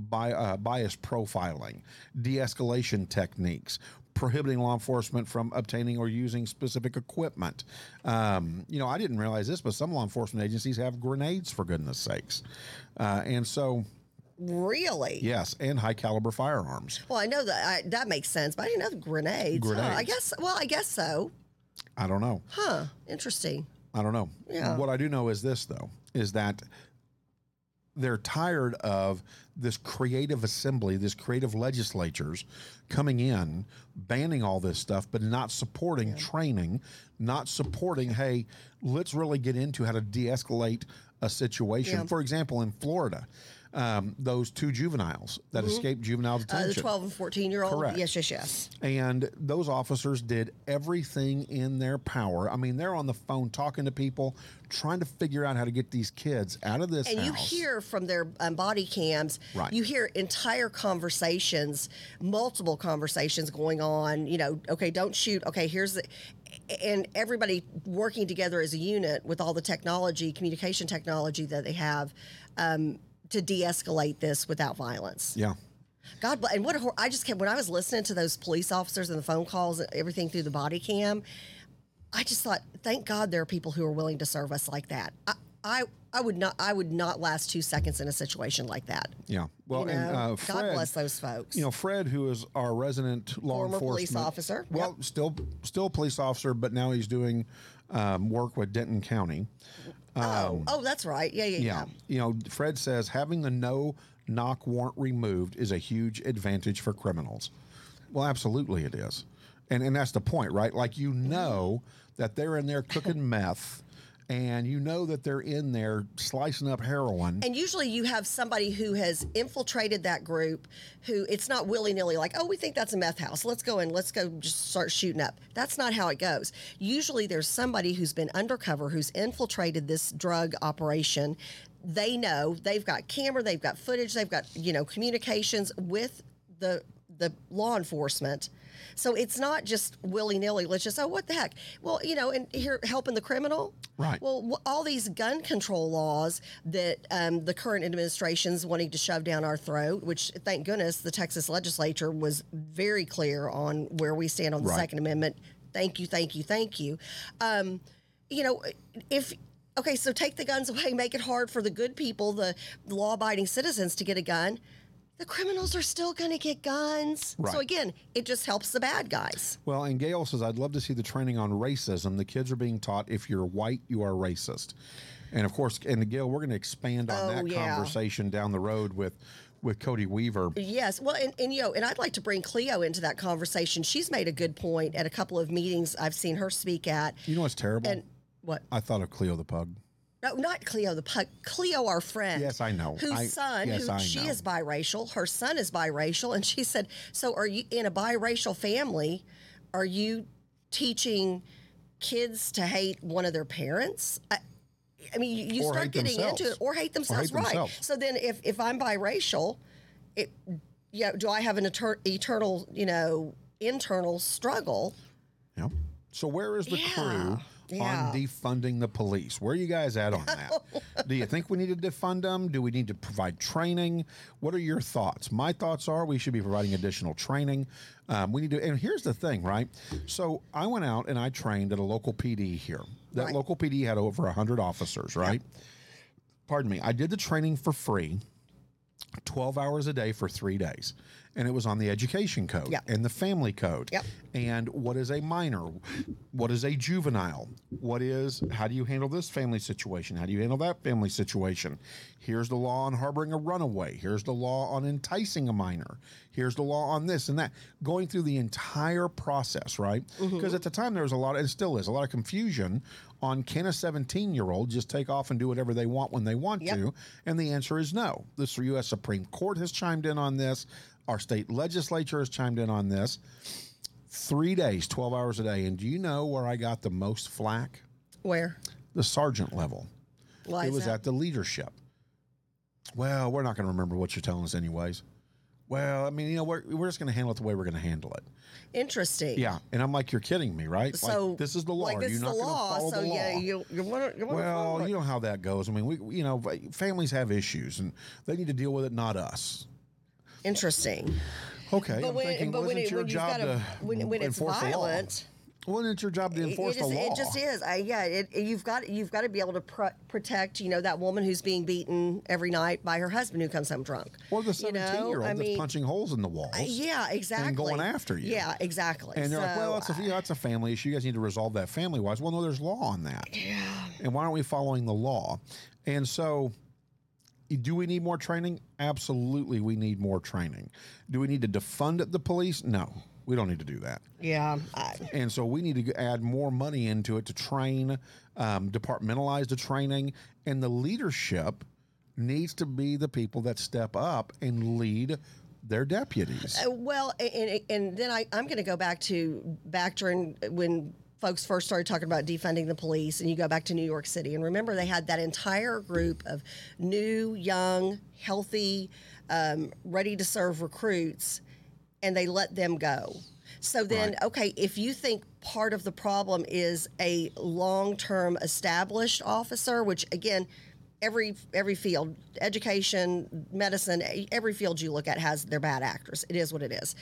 bi- uh, bias profiling, de escalation techniques, prohibiting law enforcement from obtaining or using specific equipment. Um, you know, I didn't realize this, but some law enforcement agencies have grenades, for goodness sakes. Uh, and so, Really. yes, and high caliber firearms. Well, I know that I, that makes sense, but I didn't know the grenades. Huh, I Grenades. guess. Well, I guess so. I don't know. Huh. Interesting. I don't know. Yeah. What I do know is this, though, is that they're tired of this creative assembly, this creative legislatures coming in, banning all this stuff, but not supporting training, not supporting, hey, let's really get into how to de escalate a situation. For example, in Florida, um, those two juveniles that escaped juvenile Uh, detention. the twelve and fourteen year old. Correct. Yes. Yes. Yes. And those officers did everything in their power. I mean, they're on the phone talking to people, trying to figure out how to get these kids out of this. And you house. hear from their um, body cams. Right. You hear entire conversations, multiple conversations going on. You know, okay, don't shoot. Okay, here's the. And everybody working together as a unit with all the technology, communication technology that they have, um, to de-escalate this without violence. Yeah. God bless. And what a hor- I just kept when I was listening to those police officers and the phone calls and everything through the body cam, I just thought, thank God there are people who are willing to serve us like that. I I, I would not I would not last two seconds in a situation like that. Yeah. Well, You know, and uh, God Fred, bless those folks. You know, Fred, who is our resident law Former enforcement police officer. Well, still still police officer, but now he's doing um, work with Denton County. oh, oh, that's right. Yeah, yeah, yeah. um, Yeah. You know, Fred says having the no knock warrant removed is a huge advantage for criminals. Well, absolutely it is. And and that's the point, right? Like you know that they're in there cooking meth and you know that they're in there slicing up heroin. And usually you have somebody who has infiltrated that group who it's not willy nilly, like, oh, we think that's a meth house. Let's go in. Let's go just start shooting up. That's not how it goes. Usually there's somebody who's been undercover who's infiltrated this drug operation. They know they've got camera, they've got footage, they've got, you know, communications with the the law enforcement. So it's not just willy nilly. Let's just oh what the heck. Well, you know, and here helping the criminal. Right. Well, wh- all these gun control laws that um, the current administration's wanting to shove down our throat, which thank goodness the Texas legislature was very clear on where we stand on the Right. Second Amendment. Thank you, thank you, thank you. Um, you know, if okay, so take the guns away, make it hard for the good people, the law-abiding citizens, to get a gun. The criminals are still going to get guns. Right. So again, it just helps the bad guys. Well, and Gail says, I'd love to see the training on racism. The kids are being taught if you're white, you are racist. And of course, and Gail, we're going to expand on Oh, that yeah. conversation down the road with with Cody Weaver. Yes. Well, and, and you know, and I'd like to bring Cleo into that conversation. She's made a good point at a couple of meetings I've seen her speak at. You know what's terrible? And what? I thought of Cleo the pug. No, not Cleo the puck. Cleo, our friend. Yes, I know. Whose I- son? yes, who I she know. is biracial. Her son is biracial, and she said, "So are you in a biracial family? Are you teaching kids to hate one of their parents?" I, I mean, you, you Or start hate getting into themselves. it, or hate themselves, right? themselves. So then, if if I'm biracial, it yeah, do I have an eter- eternal, you know, internal struggle? Yeah. So where is the crew Yeah. on defunding the police? Where are you guys at on that? Do you think we need to defund them? Do we need to provide training? What are your thoughts? My thoughts are we should be providing additional training. Um, we need to, and here's the thing, right? So I went out and I trained at a local PD here. That Right. local PD had over 100 officers, right? Pardon me. I did the training for free. 12 hours a day for three days. And it was on the education code Yep. and the family code. Yep. And what is a minor? What is a juvenile? What is, how do you handle this family situation? How do you handle that family situation? Here's the law on harboring a runaway. Here's the law on enticing a minor. Here's the law on this and that. Going through the entire process, right? Because Mm-hmm. at the time there was a lot, and still is, a lot of confusion on can a 17 year old just take off and do whatever they want when they want Yep. to? And the answer is no. The U.S. Supreme Court has chimed in on this. Our state legislature has chimed in on this. Three days, 12 hours a day. And do you know where I got the most flack? Where? The sergeant level. Why it is was that? at the leadership. Well, we're not going to remember what you're telling us, anyways. Well, I mean, you know, we're, we're just going to handle it the way we're going to handle it. Interesting. Yeah. And I'm like, you're kidding me, right? So like, this is the law. Like Are this you is not the going to law. follow So the law? yeah, you you want to you want to Well, follow you it. know how that goes. I mean, we, we- you know, va- families have issues and they need to deal with it, not us. Interesting. Okay, But I'm when thinking, but well, when, isn't it, your when you've job got a, to when, when it's enforce violent, the law? Wasn't it your job to it- enforce it, just, the law? it just is. I, yeah, it, it- you've got you've got to be able to pro- protect. You know that woman who's being beaten every night by her husband who comes home drunk. Or the You know, seventeen-year-old I that's mean, punching holes in the walls. Yeah, exactly. after you. Yeah, exactly. And they're like, So, well, it's a, uh, you know, that's a family issue. You guys need to resolve that family wise. Well, no, there's law on that. Yeah. And why aren't we following the law? And so, do we need more training? Absolutely, we need more training. Do we need to defund the police? No, we don't need to do that. yeah. I, And so we need to add more money into it to train, um, departmentalize the training, and the leadership needs to be the people that step up and lead their deputies. Uh, Well, a- and, and then I, I'm going to go back to back during uh, when folks first started talking about defunding the police, and you go back to New York City. And remember, they had that entire group of new, young, healthy, um, ready to serve recruits, and they let them go. So then, okay, if you think part of the problem is a long term established officer, which again, every every field, education, medicine, e- every field you look at has their bad actors. It is what it is.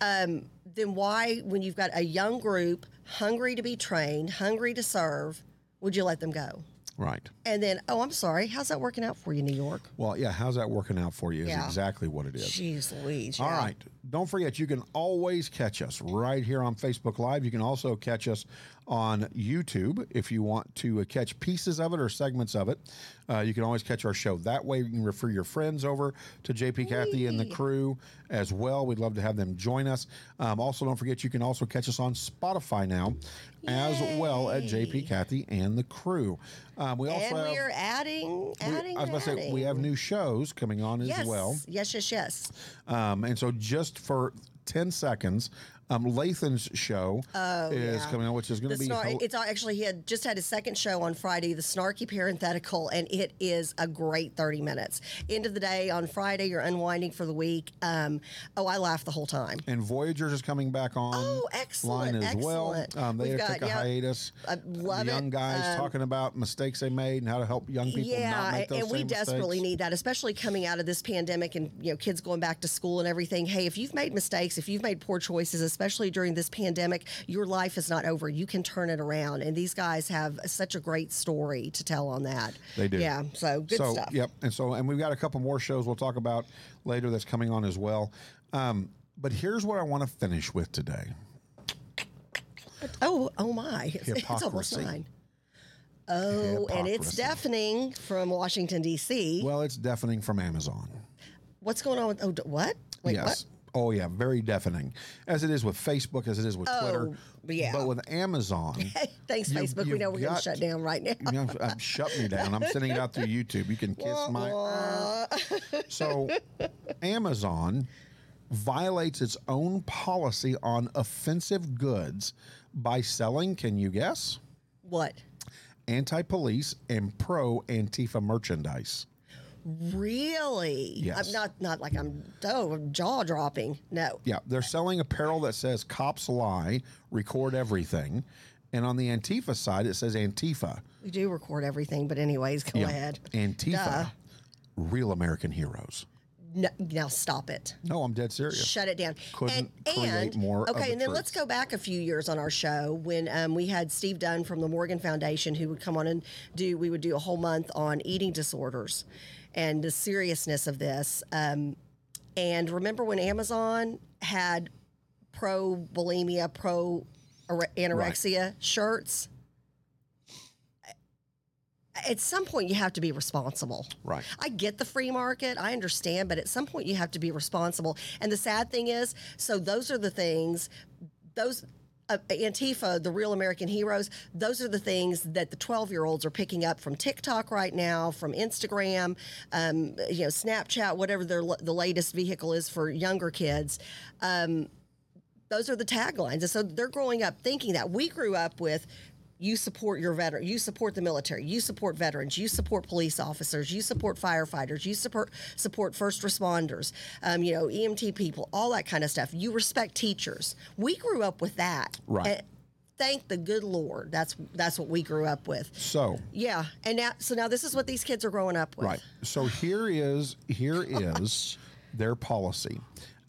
Um, then why, when you've got a young group hungry to be trained, hungry to serve, would you let them go? Right. And then, oh, I'm sorry, how's that working out for you, New York? Well, yeah, how's that working out for you is Yeah. exactly what it is. Jeez Louise. All right. Don't forget, you can always catch us right here on Facebook Live. You can also catch us on YouTube if you want to uh, catch pieces of it or segments of it. Uh, you can always catch our show that way. You can refer your friends over to JP Kathy and the crew as well. We'd love to have them join us. Um, also, don't forget, you can also catch us on Spotify now as well at JP Kathy and the crew. Um, we also And have. we are adding, we- adding, I was about to say, we adding. have new shows coming on yes, as well. Yes, yes, yes. Um, and so just for 10 seconds, um, Lathan's show is coming on, which is going Oh, The to be. snar- hel- it's actually he had just had his second show on Friday, the Snarky Parenthetical, and it is a great thirty minutes. End of the day on Friday, you're unwinding for the week. Um, oh, I laughed the whole time. and Voyagers is coming back on Oh, excellent, Mm. line as excellent. well. Um, they We've took got- a yeah, hiatus. I love the young it. guys Um, talking about mistakes they made and how to help young people not yeah, make those and we same mistakes. desperately need that, especially coming out of this pandemic and you know kids going back to school and everything. Hey, if you've made mistakes, if you've made poor choices, especially during this pandemic, your life is not over. You can turn it around, and these guys have such a great story to tell on that. They do. Yeah, so good so, stuff. Yep. And so, and we've got a couple more shows we'll talk about later that's coming on as well. Um, but here's what I want to finish with today. Oh, oh my! It's- It's almost Hypocrisy. nine. Oh, and it's Hypocrisy. deafening from Washington D.C. Well, it's deafening from Amazon. What's going on with? Oh, d- what? Wait, what? yes. Oh yeah, very deafening. As it is with Facebook, as it is with Twitter. Oh, yeah. But with Amazon, Thanks, You- Facebook. We you've know we're going to got- shut down right now. you know, uh, shut me down. I'm sending it out through YouTube. You can kiss my. so, Amazon violates its own policy on offensive goods by selling. Can you guess? What? Anti-police and pro-Antifa merchandise. Really? Yes. I'm not not like I'm oh jaw dropping. No. Yeah, they're selling apparel that says "Cops lie, record everything," and on the Antifa side, it says Antifa. We do record everything, but anyways, go ahead. Antifa, Duh. real American heroes. No, now stop it. No, I'm dead serious. Shut it down. Couldn't create more of Okay, the and then truth. let's go back a few years on our show when um, we had Steve Dunn from the Morgan Foundation who would come on and do we would do a whole month on eating disorders and the seriousness of this. Um, and remember when Amazon had pro bulimia, pro are- anorexia shirts? At some point, you have to be responsible. Right. I get the free market, I understand, but at some point you have to be responsible. And the sad thing is, so those are the things, those uh, Antifa, the real American heroes, those are the things that the 12 year olds are picking up from TikTok right now, from Instagram, um, you know, Snapchat, whatever their, l- the latest vehicle is for younger kids those are the taglines. And so they're growing up thinking that we grew up with you support your veteran, you support the military, you support veterans, you support police officers, you support firefighters, you support support first responders, um, you know, EMT people, all that kind of stuff. You respect teachers. We grew up with that. Right. And thank the good Lord. That's that's what we grew up with. so, Yeah. And now so now this is what these kids are growing up with. right. So here is here is their policy.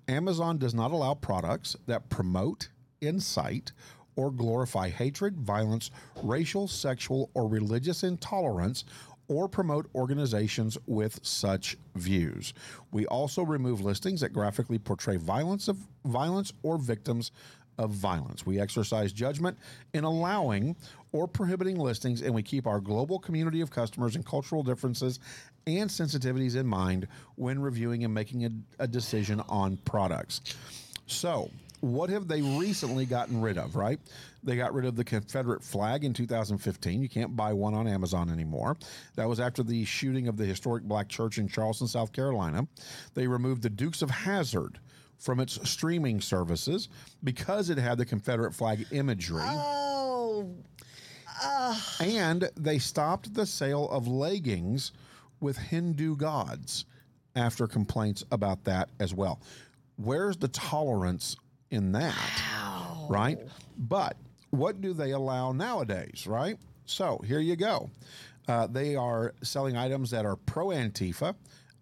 Amazon does not allow products that promote, incite, or glorify hatred, violence, racial, sexual, or religious intolerance, or promote organizations with such views. We also remove listings that graphically portray violence of violence or victims of violence. We exercise judgment in allowing or prohibiting listings, and we keep our global community of customers and cultural differences and sensitivities in mind when reviewing and making a, a decision on products. So, what have they recently gotten rid of, right? They got rid of the Confederate flag in 2015. You can't buy one on Amazon anymore. That was after the shooting of the historic black church in Charleston, South Carolina. They removed the Dukes of Hazard from its streaming services because it had the Confederate flag imagery. Oh, and they stopped the sale of leggings with Hindu gods after complaints about that as well. Where's the tolerance in that? Right? But what do they allow nowadays, right? So here you go. Uh, they are selling items that are pro Antifa,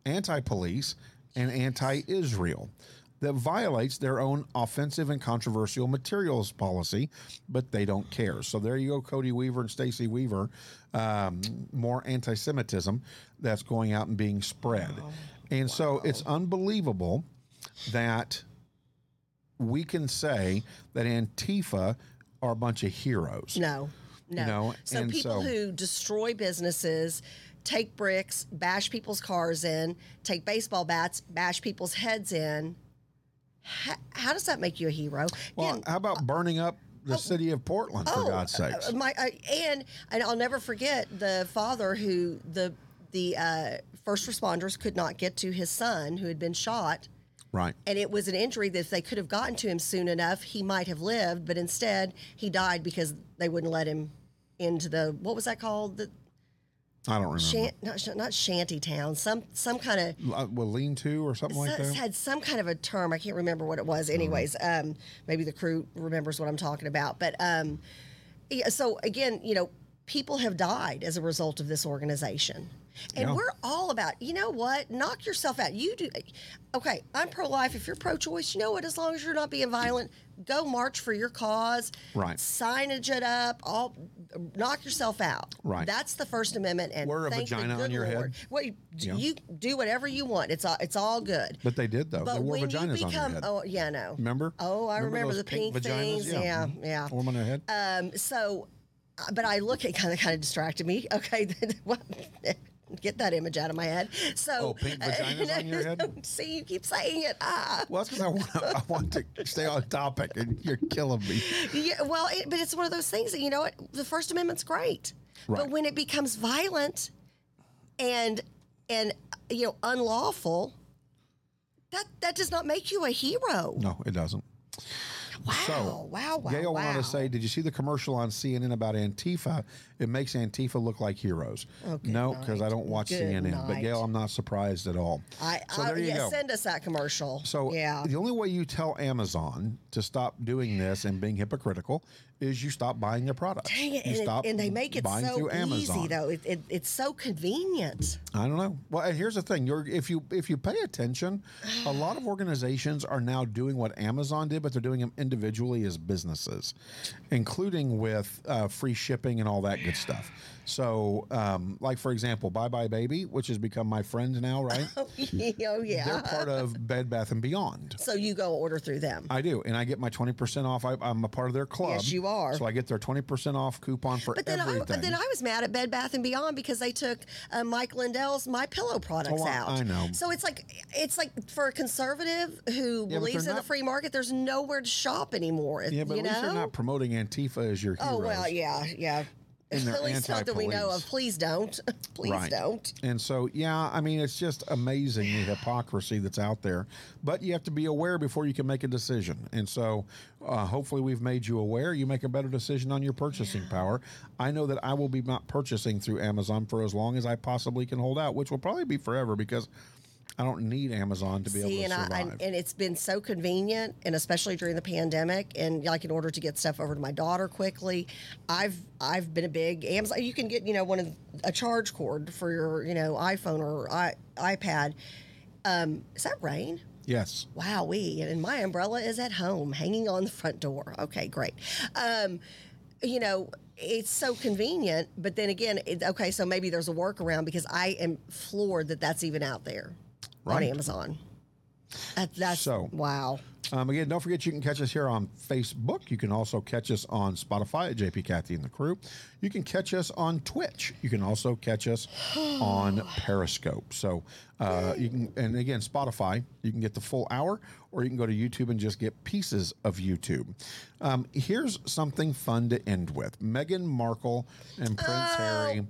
anti police, and anti Israel that violates their own offensive and controversial materials policy, but they don't care. So there you go, Cody Weaver and Stacey Weaver. Um, more anti Semitism that's going out and being spread. And so it's unbelievable that we can say that Antifa are a bunch of heroes. No, no. No, so and people so- who destroy businesses, take bricks, bash people's cars in, take baseball bats, bash people's heads in. How, how does that make you a hero? Well, Again, how about burning up the city of Portland for God's sakes? Oh. uh, My I, and and I'll never forget the father who the the uh, first responders could not get to his son who had been shot, right. and it was an injury that if they could have gotten to him soon enough, he might have lived. But instead, he died because they wouldn't let him into the what was that called the I don't remember. shan- not, sh- not shanty town some some kind of Uh, well, lean to or something like so- that. Uh-huh. had some kind of a term. I can't remember what it was. Anyways, um, maybe the crew remembers what I'm talking about. But um, yeah, so again, you know, people have died as a result of this organization, and Yeah. we're all about. You know what? Knock yourself out. You do. Okay, I'm pro-life. If you're pro-choice, you know what? As long as you're not being violent, go march for your cause. Right. Signage it up. All knock yourself out. Right. That's the First Amendment. And Wear a thank the vagina on good your head. Lord. Well, you, Yeah. you do whatever you want. It's all it's all good. But they did though. they But wore when vaginas you on their become, head. oh yeah, no. remember? Oh, I remember, those the pink, things. Yeah, mhm. yeah. Wore 'em on their head. Um, so, uh, but I look at kind of kind of distracted me. Okay, what- get that image out of my head. So, Oh, pink vaginas on your head? See, you keep saying it. Ah. well, that's because I want, I want to stay on topic, and you're killing me. Yeah, well, it, but it's one of those things that you know what the First Amendment's great, Right. but when it becomes violent, and and you know unlawful, that that does not make you a hero. No, it doesn't. Wow! So, wow! Wow! Gail wow. went on to say, "Did you see the commercial on CNN about Antifa? It makes Antifa look like heroes." good no, because I night. don't watch Good CNN. But night. Gail, I'm not surprised at all. I, so I there you yeah, go. send us that commercial. So yeah, the only way you tell Amazon to stop doing this and being hypocritical is you stop buying their products. Dang it, You and, it- stop and they make it buying so through Amazon. easy though. It, it, it's so convenient. I don't know. Well, and here's the thing: you're if you if you pay attention, a lot of organizations are now doing what Amazon did, but they're doing them individually as businesses, including with uh, free shipping and all that good stuff. So, um, like for example, Bye Bye Baby, which has become my friend now, right? oh yeah. They're part of Bed Bath and Beyond. so you go order through them. I do, and I get my twenty percent off. I, I'm a part of their club. Yes, you are. So I get their twenty percent off coupon for but then I, everything. but then I was mad at Bed Bath and Beyond because they took uh, Mike Lindell's My Pillow products Oh, I- out. I know. So it's like it's like for a conservative who but believes they're in the not- free market, there's nowhere to shop anymore. yeah, but you at least know? they're not promoting Antifa as your hero. oh well, yeah, yeah. And they're At least not that we know anti-police. of. Please don't. Please Right. don't. And so, yeah, I mean, it's just amazing the hypocrisy that's out there. But you have to be aware before you can make a decision. And so, uh, hopefully, we've made you aware. You make a better decision on your purchasing power. I know that I will be not purchasing through Amazon for as long as I possibly can hold out, which will probably be forever because I don't need Amazon to be See, able and to I, survive. I and it's been so convenient, and especially during the pandemic, and like in order to get stuff over to my daughter quickly, I've I've been a big Amazon. You can get you know one of a charge cord for your you know iPhone or I, iPad. Um, is that rain? yes. Wow, we and my umbrella is at home, hanging on the front door. Okay, great. Um, you know, it's so convenient, but then again, it, okay, so maybe there's a workaround because I am floored that that's even out there on Right. Amazon. That, that's So- wow. Um, again, don't forget you can catch us here on Facebook. You can also catch us on Spotify at JP Kathy and the Crew. You can catch us on Twitch. You can also catch us on Periscope. So uh, you can, and again, Spotify. You can get the full hour, or you can go to YouTube and just get pieces of YouTube. Um, here's something fun to end with: Meghan Markle and Prince Harry. Oh,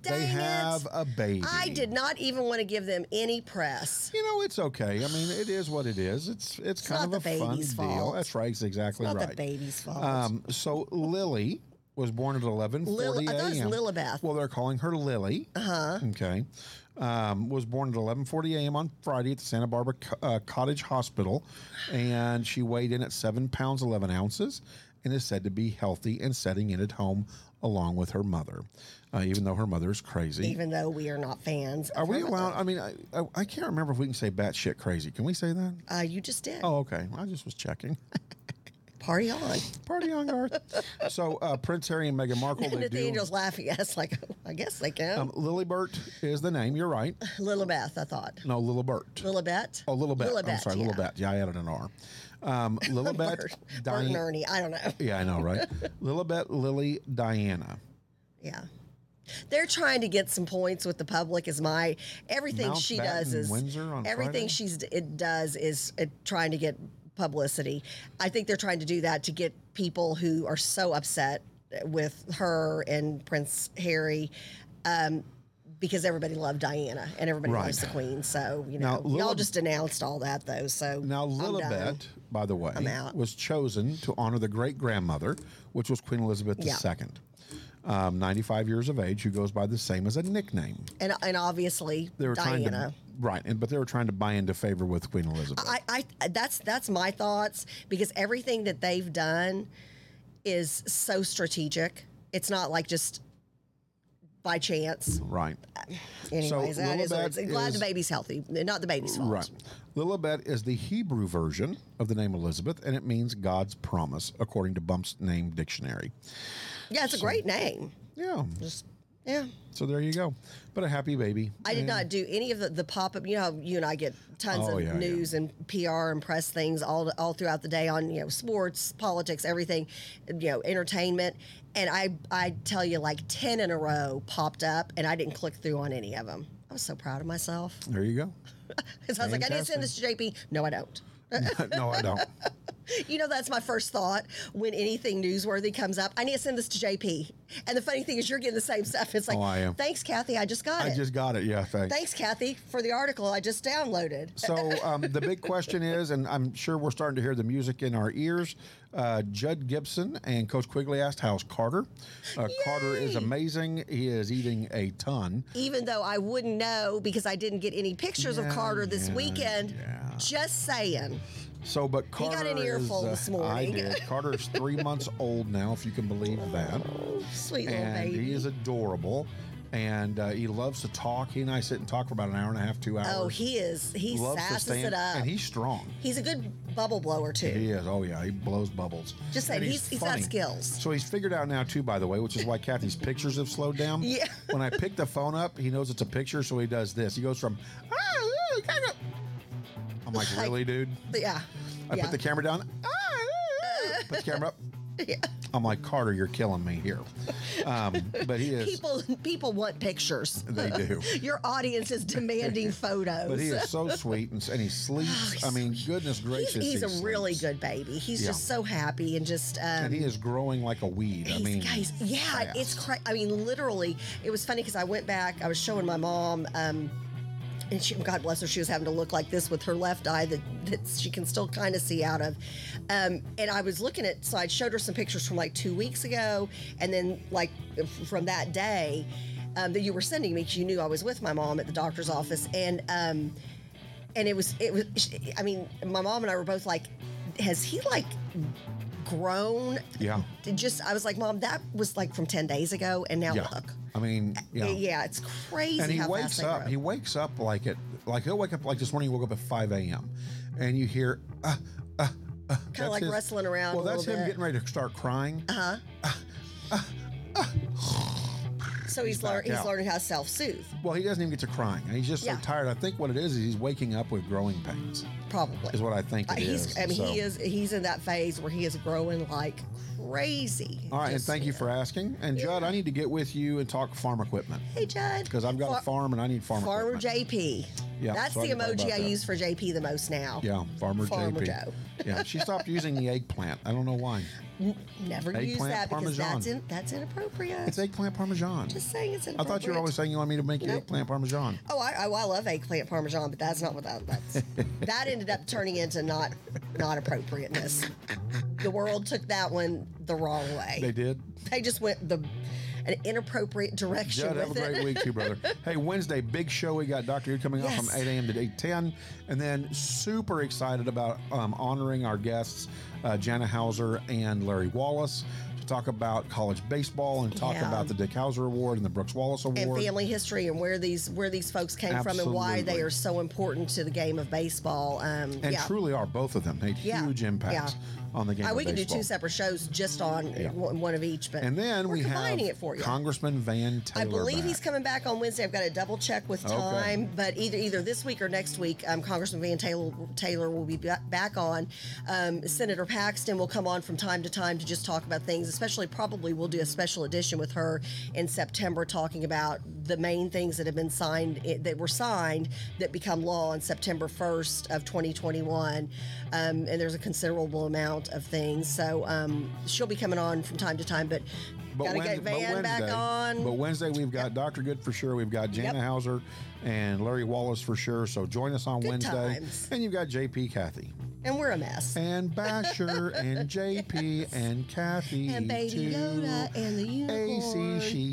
dang They it. have a baby. I did not even want to give them any press. You know, it's okay. I mean, it is what it is. It's it's, kind not of the a fun baby's deal. fault. That's right. It's exactly Not right. the baby's fault. Um, so Lily was born at eleven I forty thought it was Uh-huh. a.m. Lilibeth. Well, they're calling her Lily. Uh huh. Okay. Um, was born at eleven forty a.m. on Friday at the Santa Barbara Co- uh, Cottage Hospital, and she weighed in at seven pounds eleven ounces. and is said to be healthy and setting in at home along with her mother, uh, even though her mother is crazy. even though we are not fans. Are of we her mother. allowed? I mean, I, I, I can't remember if we can say batshit crazy. Can we say that? Uh, you just did. Oh, okay. I just was checking. Party on. Party on, Garth. so uh, Prince Harry and Meghan Markle. they do. Nathaniel's laughing at us like, "Oh, I guess they can. Um, Lilibert is the name. You're right. Lilibeth, I thought. No, Lilibert. Lilibet. oh, Lilibet. I'm Lilibet, sorry, yeah. Lilibet. Yeah, I added an R. Um, Lilibet. Bert, Bert and Diana. Ernie. I don't know. Yeah, I know, right? Lilibet, Lily, Diana. Yeah. They're trying to get some points with the public. Is my everything she does Mountbatten, is Windsor on Friday? everything she's it does is uh, trying to get publicity. I think they're trying to do that to get people who are so upset with her and Prince Harry. Um, because everybody loved Diana and everybody Right. loves the Queen, so you Now, know y'all Lilib- just announced all that though. So Now, I'm done. Lilibet, by the way, out. was chosen to honor the great grandmother, which was Queen Elizabeth Yeah. II, um, 95 years of age, who goes by the same as a nickname. and and obviously They were Diana. trying to. Right, and but they were trying to buy into favor with Queen Elizabeth. I, I that's that's my thoughts because everything that they've done is so strategic. It's not like just by chance. right, Anyways, that is what Lilibet it's, I'm glad is- the baby's healthy. Not the baby's fault. right. Lilibet is the Hebrew version of the name Elizabeth, and it means God's promise, according to Bump's Name Dictionary. Yeah, it's a great name. Yeah, Just yeah. so there you go. But a happy baby. I did And- not do any of the, the pop up. You know, how you and I get tons Oh, of yeah, yeah. news and PR and press things all all throughout the day on you know sports, politics, everything, you know, entertainment. And I I tell you, like ten in a row popped up, and I didn't click through on any of them. I was so proud of myself. There you go. 'Cause I was like, I need to send this to JP. No, I don't. no, I don't. You know, that's my first thought when anything newsworthy comes up. I need to send this to JP. And the funny thing is, you're getting the same stuff. It's like, Oh, I am. thanks, Kathy. I just got I it. just got it. Yeah, thanks. thanks, Kathy, for the article I just downloaded. So um, the big question is, and I'm sure we're starting to hear the music in our ears. Uh, Judd Gibson and Coach Quigley asked, "How's Carter?" Uh, Carter is Yay! amazing. He is eating a ton. even though I wouldn't know because I didn't get any pictures Yeah, of Carter this yeah, weekend. yeah. Just saying. So, but Carter got an earful is, uh, this I morning. did. Carter is three months old now, if you can believe that, Sweet little and baby. he is adorable. And uh, he loves to talk. He and I sit and talk for about an hour and a half, two hours. oh, he is. He sasses it up. and he's strong. he's a good bubble blower, too. He is. Oh yeah, he blows bubbles. Just saying, And he's- he's got funny. skills. So he's figured out now too, by the way, which is why Kathy's pictures have slowed down. Yeah. when I pick the phone up, he knows it's a picture, so he does this. He goes from, "Ah, ooh, kind of-" I'm like, Like- really, dude? But yeah. I yeah. put the camera down. "Ah, ooh, ooh," put the camera up. Yeah. I'm like, Carter, you're killing me here. Um, but he is. People, people want pictures. They do. Your audience is demanding photos. But he is so sweet, and, and he sleeps. I mean, goodness Oh, He's- gracious, he's he a really good sleeps. baby. He's Yeah. just so happy and just. Um, And he is growing like a weed. I He's- mean, guys, yeah, it's fast. crazy. I mean, literally, it was funny because I went back. I was showing my mom, um, and she, God bless her, she was having to look like this with her left eye that, that she can still kind of see out of. Um, and I was looking at, so I showed her some pictures from like two weeks ago, and then like f- from that day um, that you were sending me because you knew I was with my mom at the doctor's office, and. Um, and it was it was she- i mean my mom and i were both like has he like grown Yeah. It just i was like mom that was like from 10 days ago and now Yeah. look Uh, I mean, yeah. yeah. it's crazy And he how wakes fast up. they He grow. wakes up like at like he'll wake up like this morning. He woke up at five a.m. and you hear uh, uh, uh, that's like wrestling around Well, a that's little bit. him Uh-huh. getting ready to start crying. so he's back learning he's out. learning how to self-soothe Well, he doesn't even get to crying. He's just Yeah. so tired. I think what it is is he's waking up with growing pains. probably Is what I think Uh, it he's is. i mean So- he is he's in that phase where he is growing like crazy All right, and Just- thank you for asking. And Judd, I need to get with you and talk farm equipment hey judd because I've got a Far- farm and I need farm farmer equipment. jp Yeah, that's so I the can talk emoji about i that. use for jp the most now Yeah, farmer, Farmer JP. Joe. yeah, she stopped using the eggplant. I don't know why. never use Eggplant that because parmesan. that's in, that's inappropriate It's eggplant parmesan. Just saying it's I thought you were inappropriate. always saying you want me to make you Nope. eggplant parmesan. Oh, I, I, I love eggplant parmesan, but that's not what that, that's. that ended up turning into not not appropriateness. The world took that one the wrong way. They did. They just went the an inappropriate direction Judd, have a with it. great week too, brother. Hey, Wednesday, big show. We got Doctor Who coming on Yes. from 8 a.m. to 8 10. And then super excited about um, honoring our guests, uh, Jana Hauser and Larry Wallace, to talk about college baseball and talk Yeah. about the Dick Hauser Award and the Brooks Wallace Award. and family history and where these where these folks came from and why Absolutely. they are so important to the game of baseball. Um, and yeah. truly are both of them. Made Yeah. huge impacts Yeah. on the game. Uh, of we could do baseball. two separate shows just on Yeah. one, one of each, but And then we're we have combining it for you. Congressman Van Taylor. I believe back. he's coming back on Wednesday. I've got to double check with Okay. time, but either either this week or next week, um, Congressman Van Taylor Taylor will be ba- back on. Um, Senator Paxton will come on from time to time to just talk about things. Especially, probably we'll do a special edition with her in September, talking about the main things that have been signed eh, that were signed that become law on September 1st of 2021. Um, and there's a considerable amount of things, so um, she'll be coming on from time to time, but. Gotta Wednes- get Van back on. But Wednesday we've got Dr. Good for sure. We've got Jana Yep. Hauser and Larry Wallace for sure. So join us on Wednesday. times. And you've got JP Kathy. And we're a mess. And Basher and JP and Kathy. And Baby too. Yoda and the unicorn. AC, she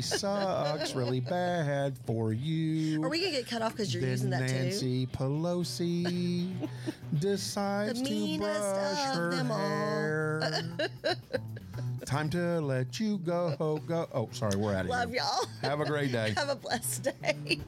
sucks really bad for you. Are we gonna get cut off because you're then using that too? Nancy Pelosi decides The to meanest brush of her them all. hair. Time to let you go, go. Oh, sorry, we're out of Love here. y'all. Have a great day. Have a blessed day.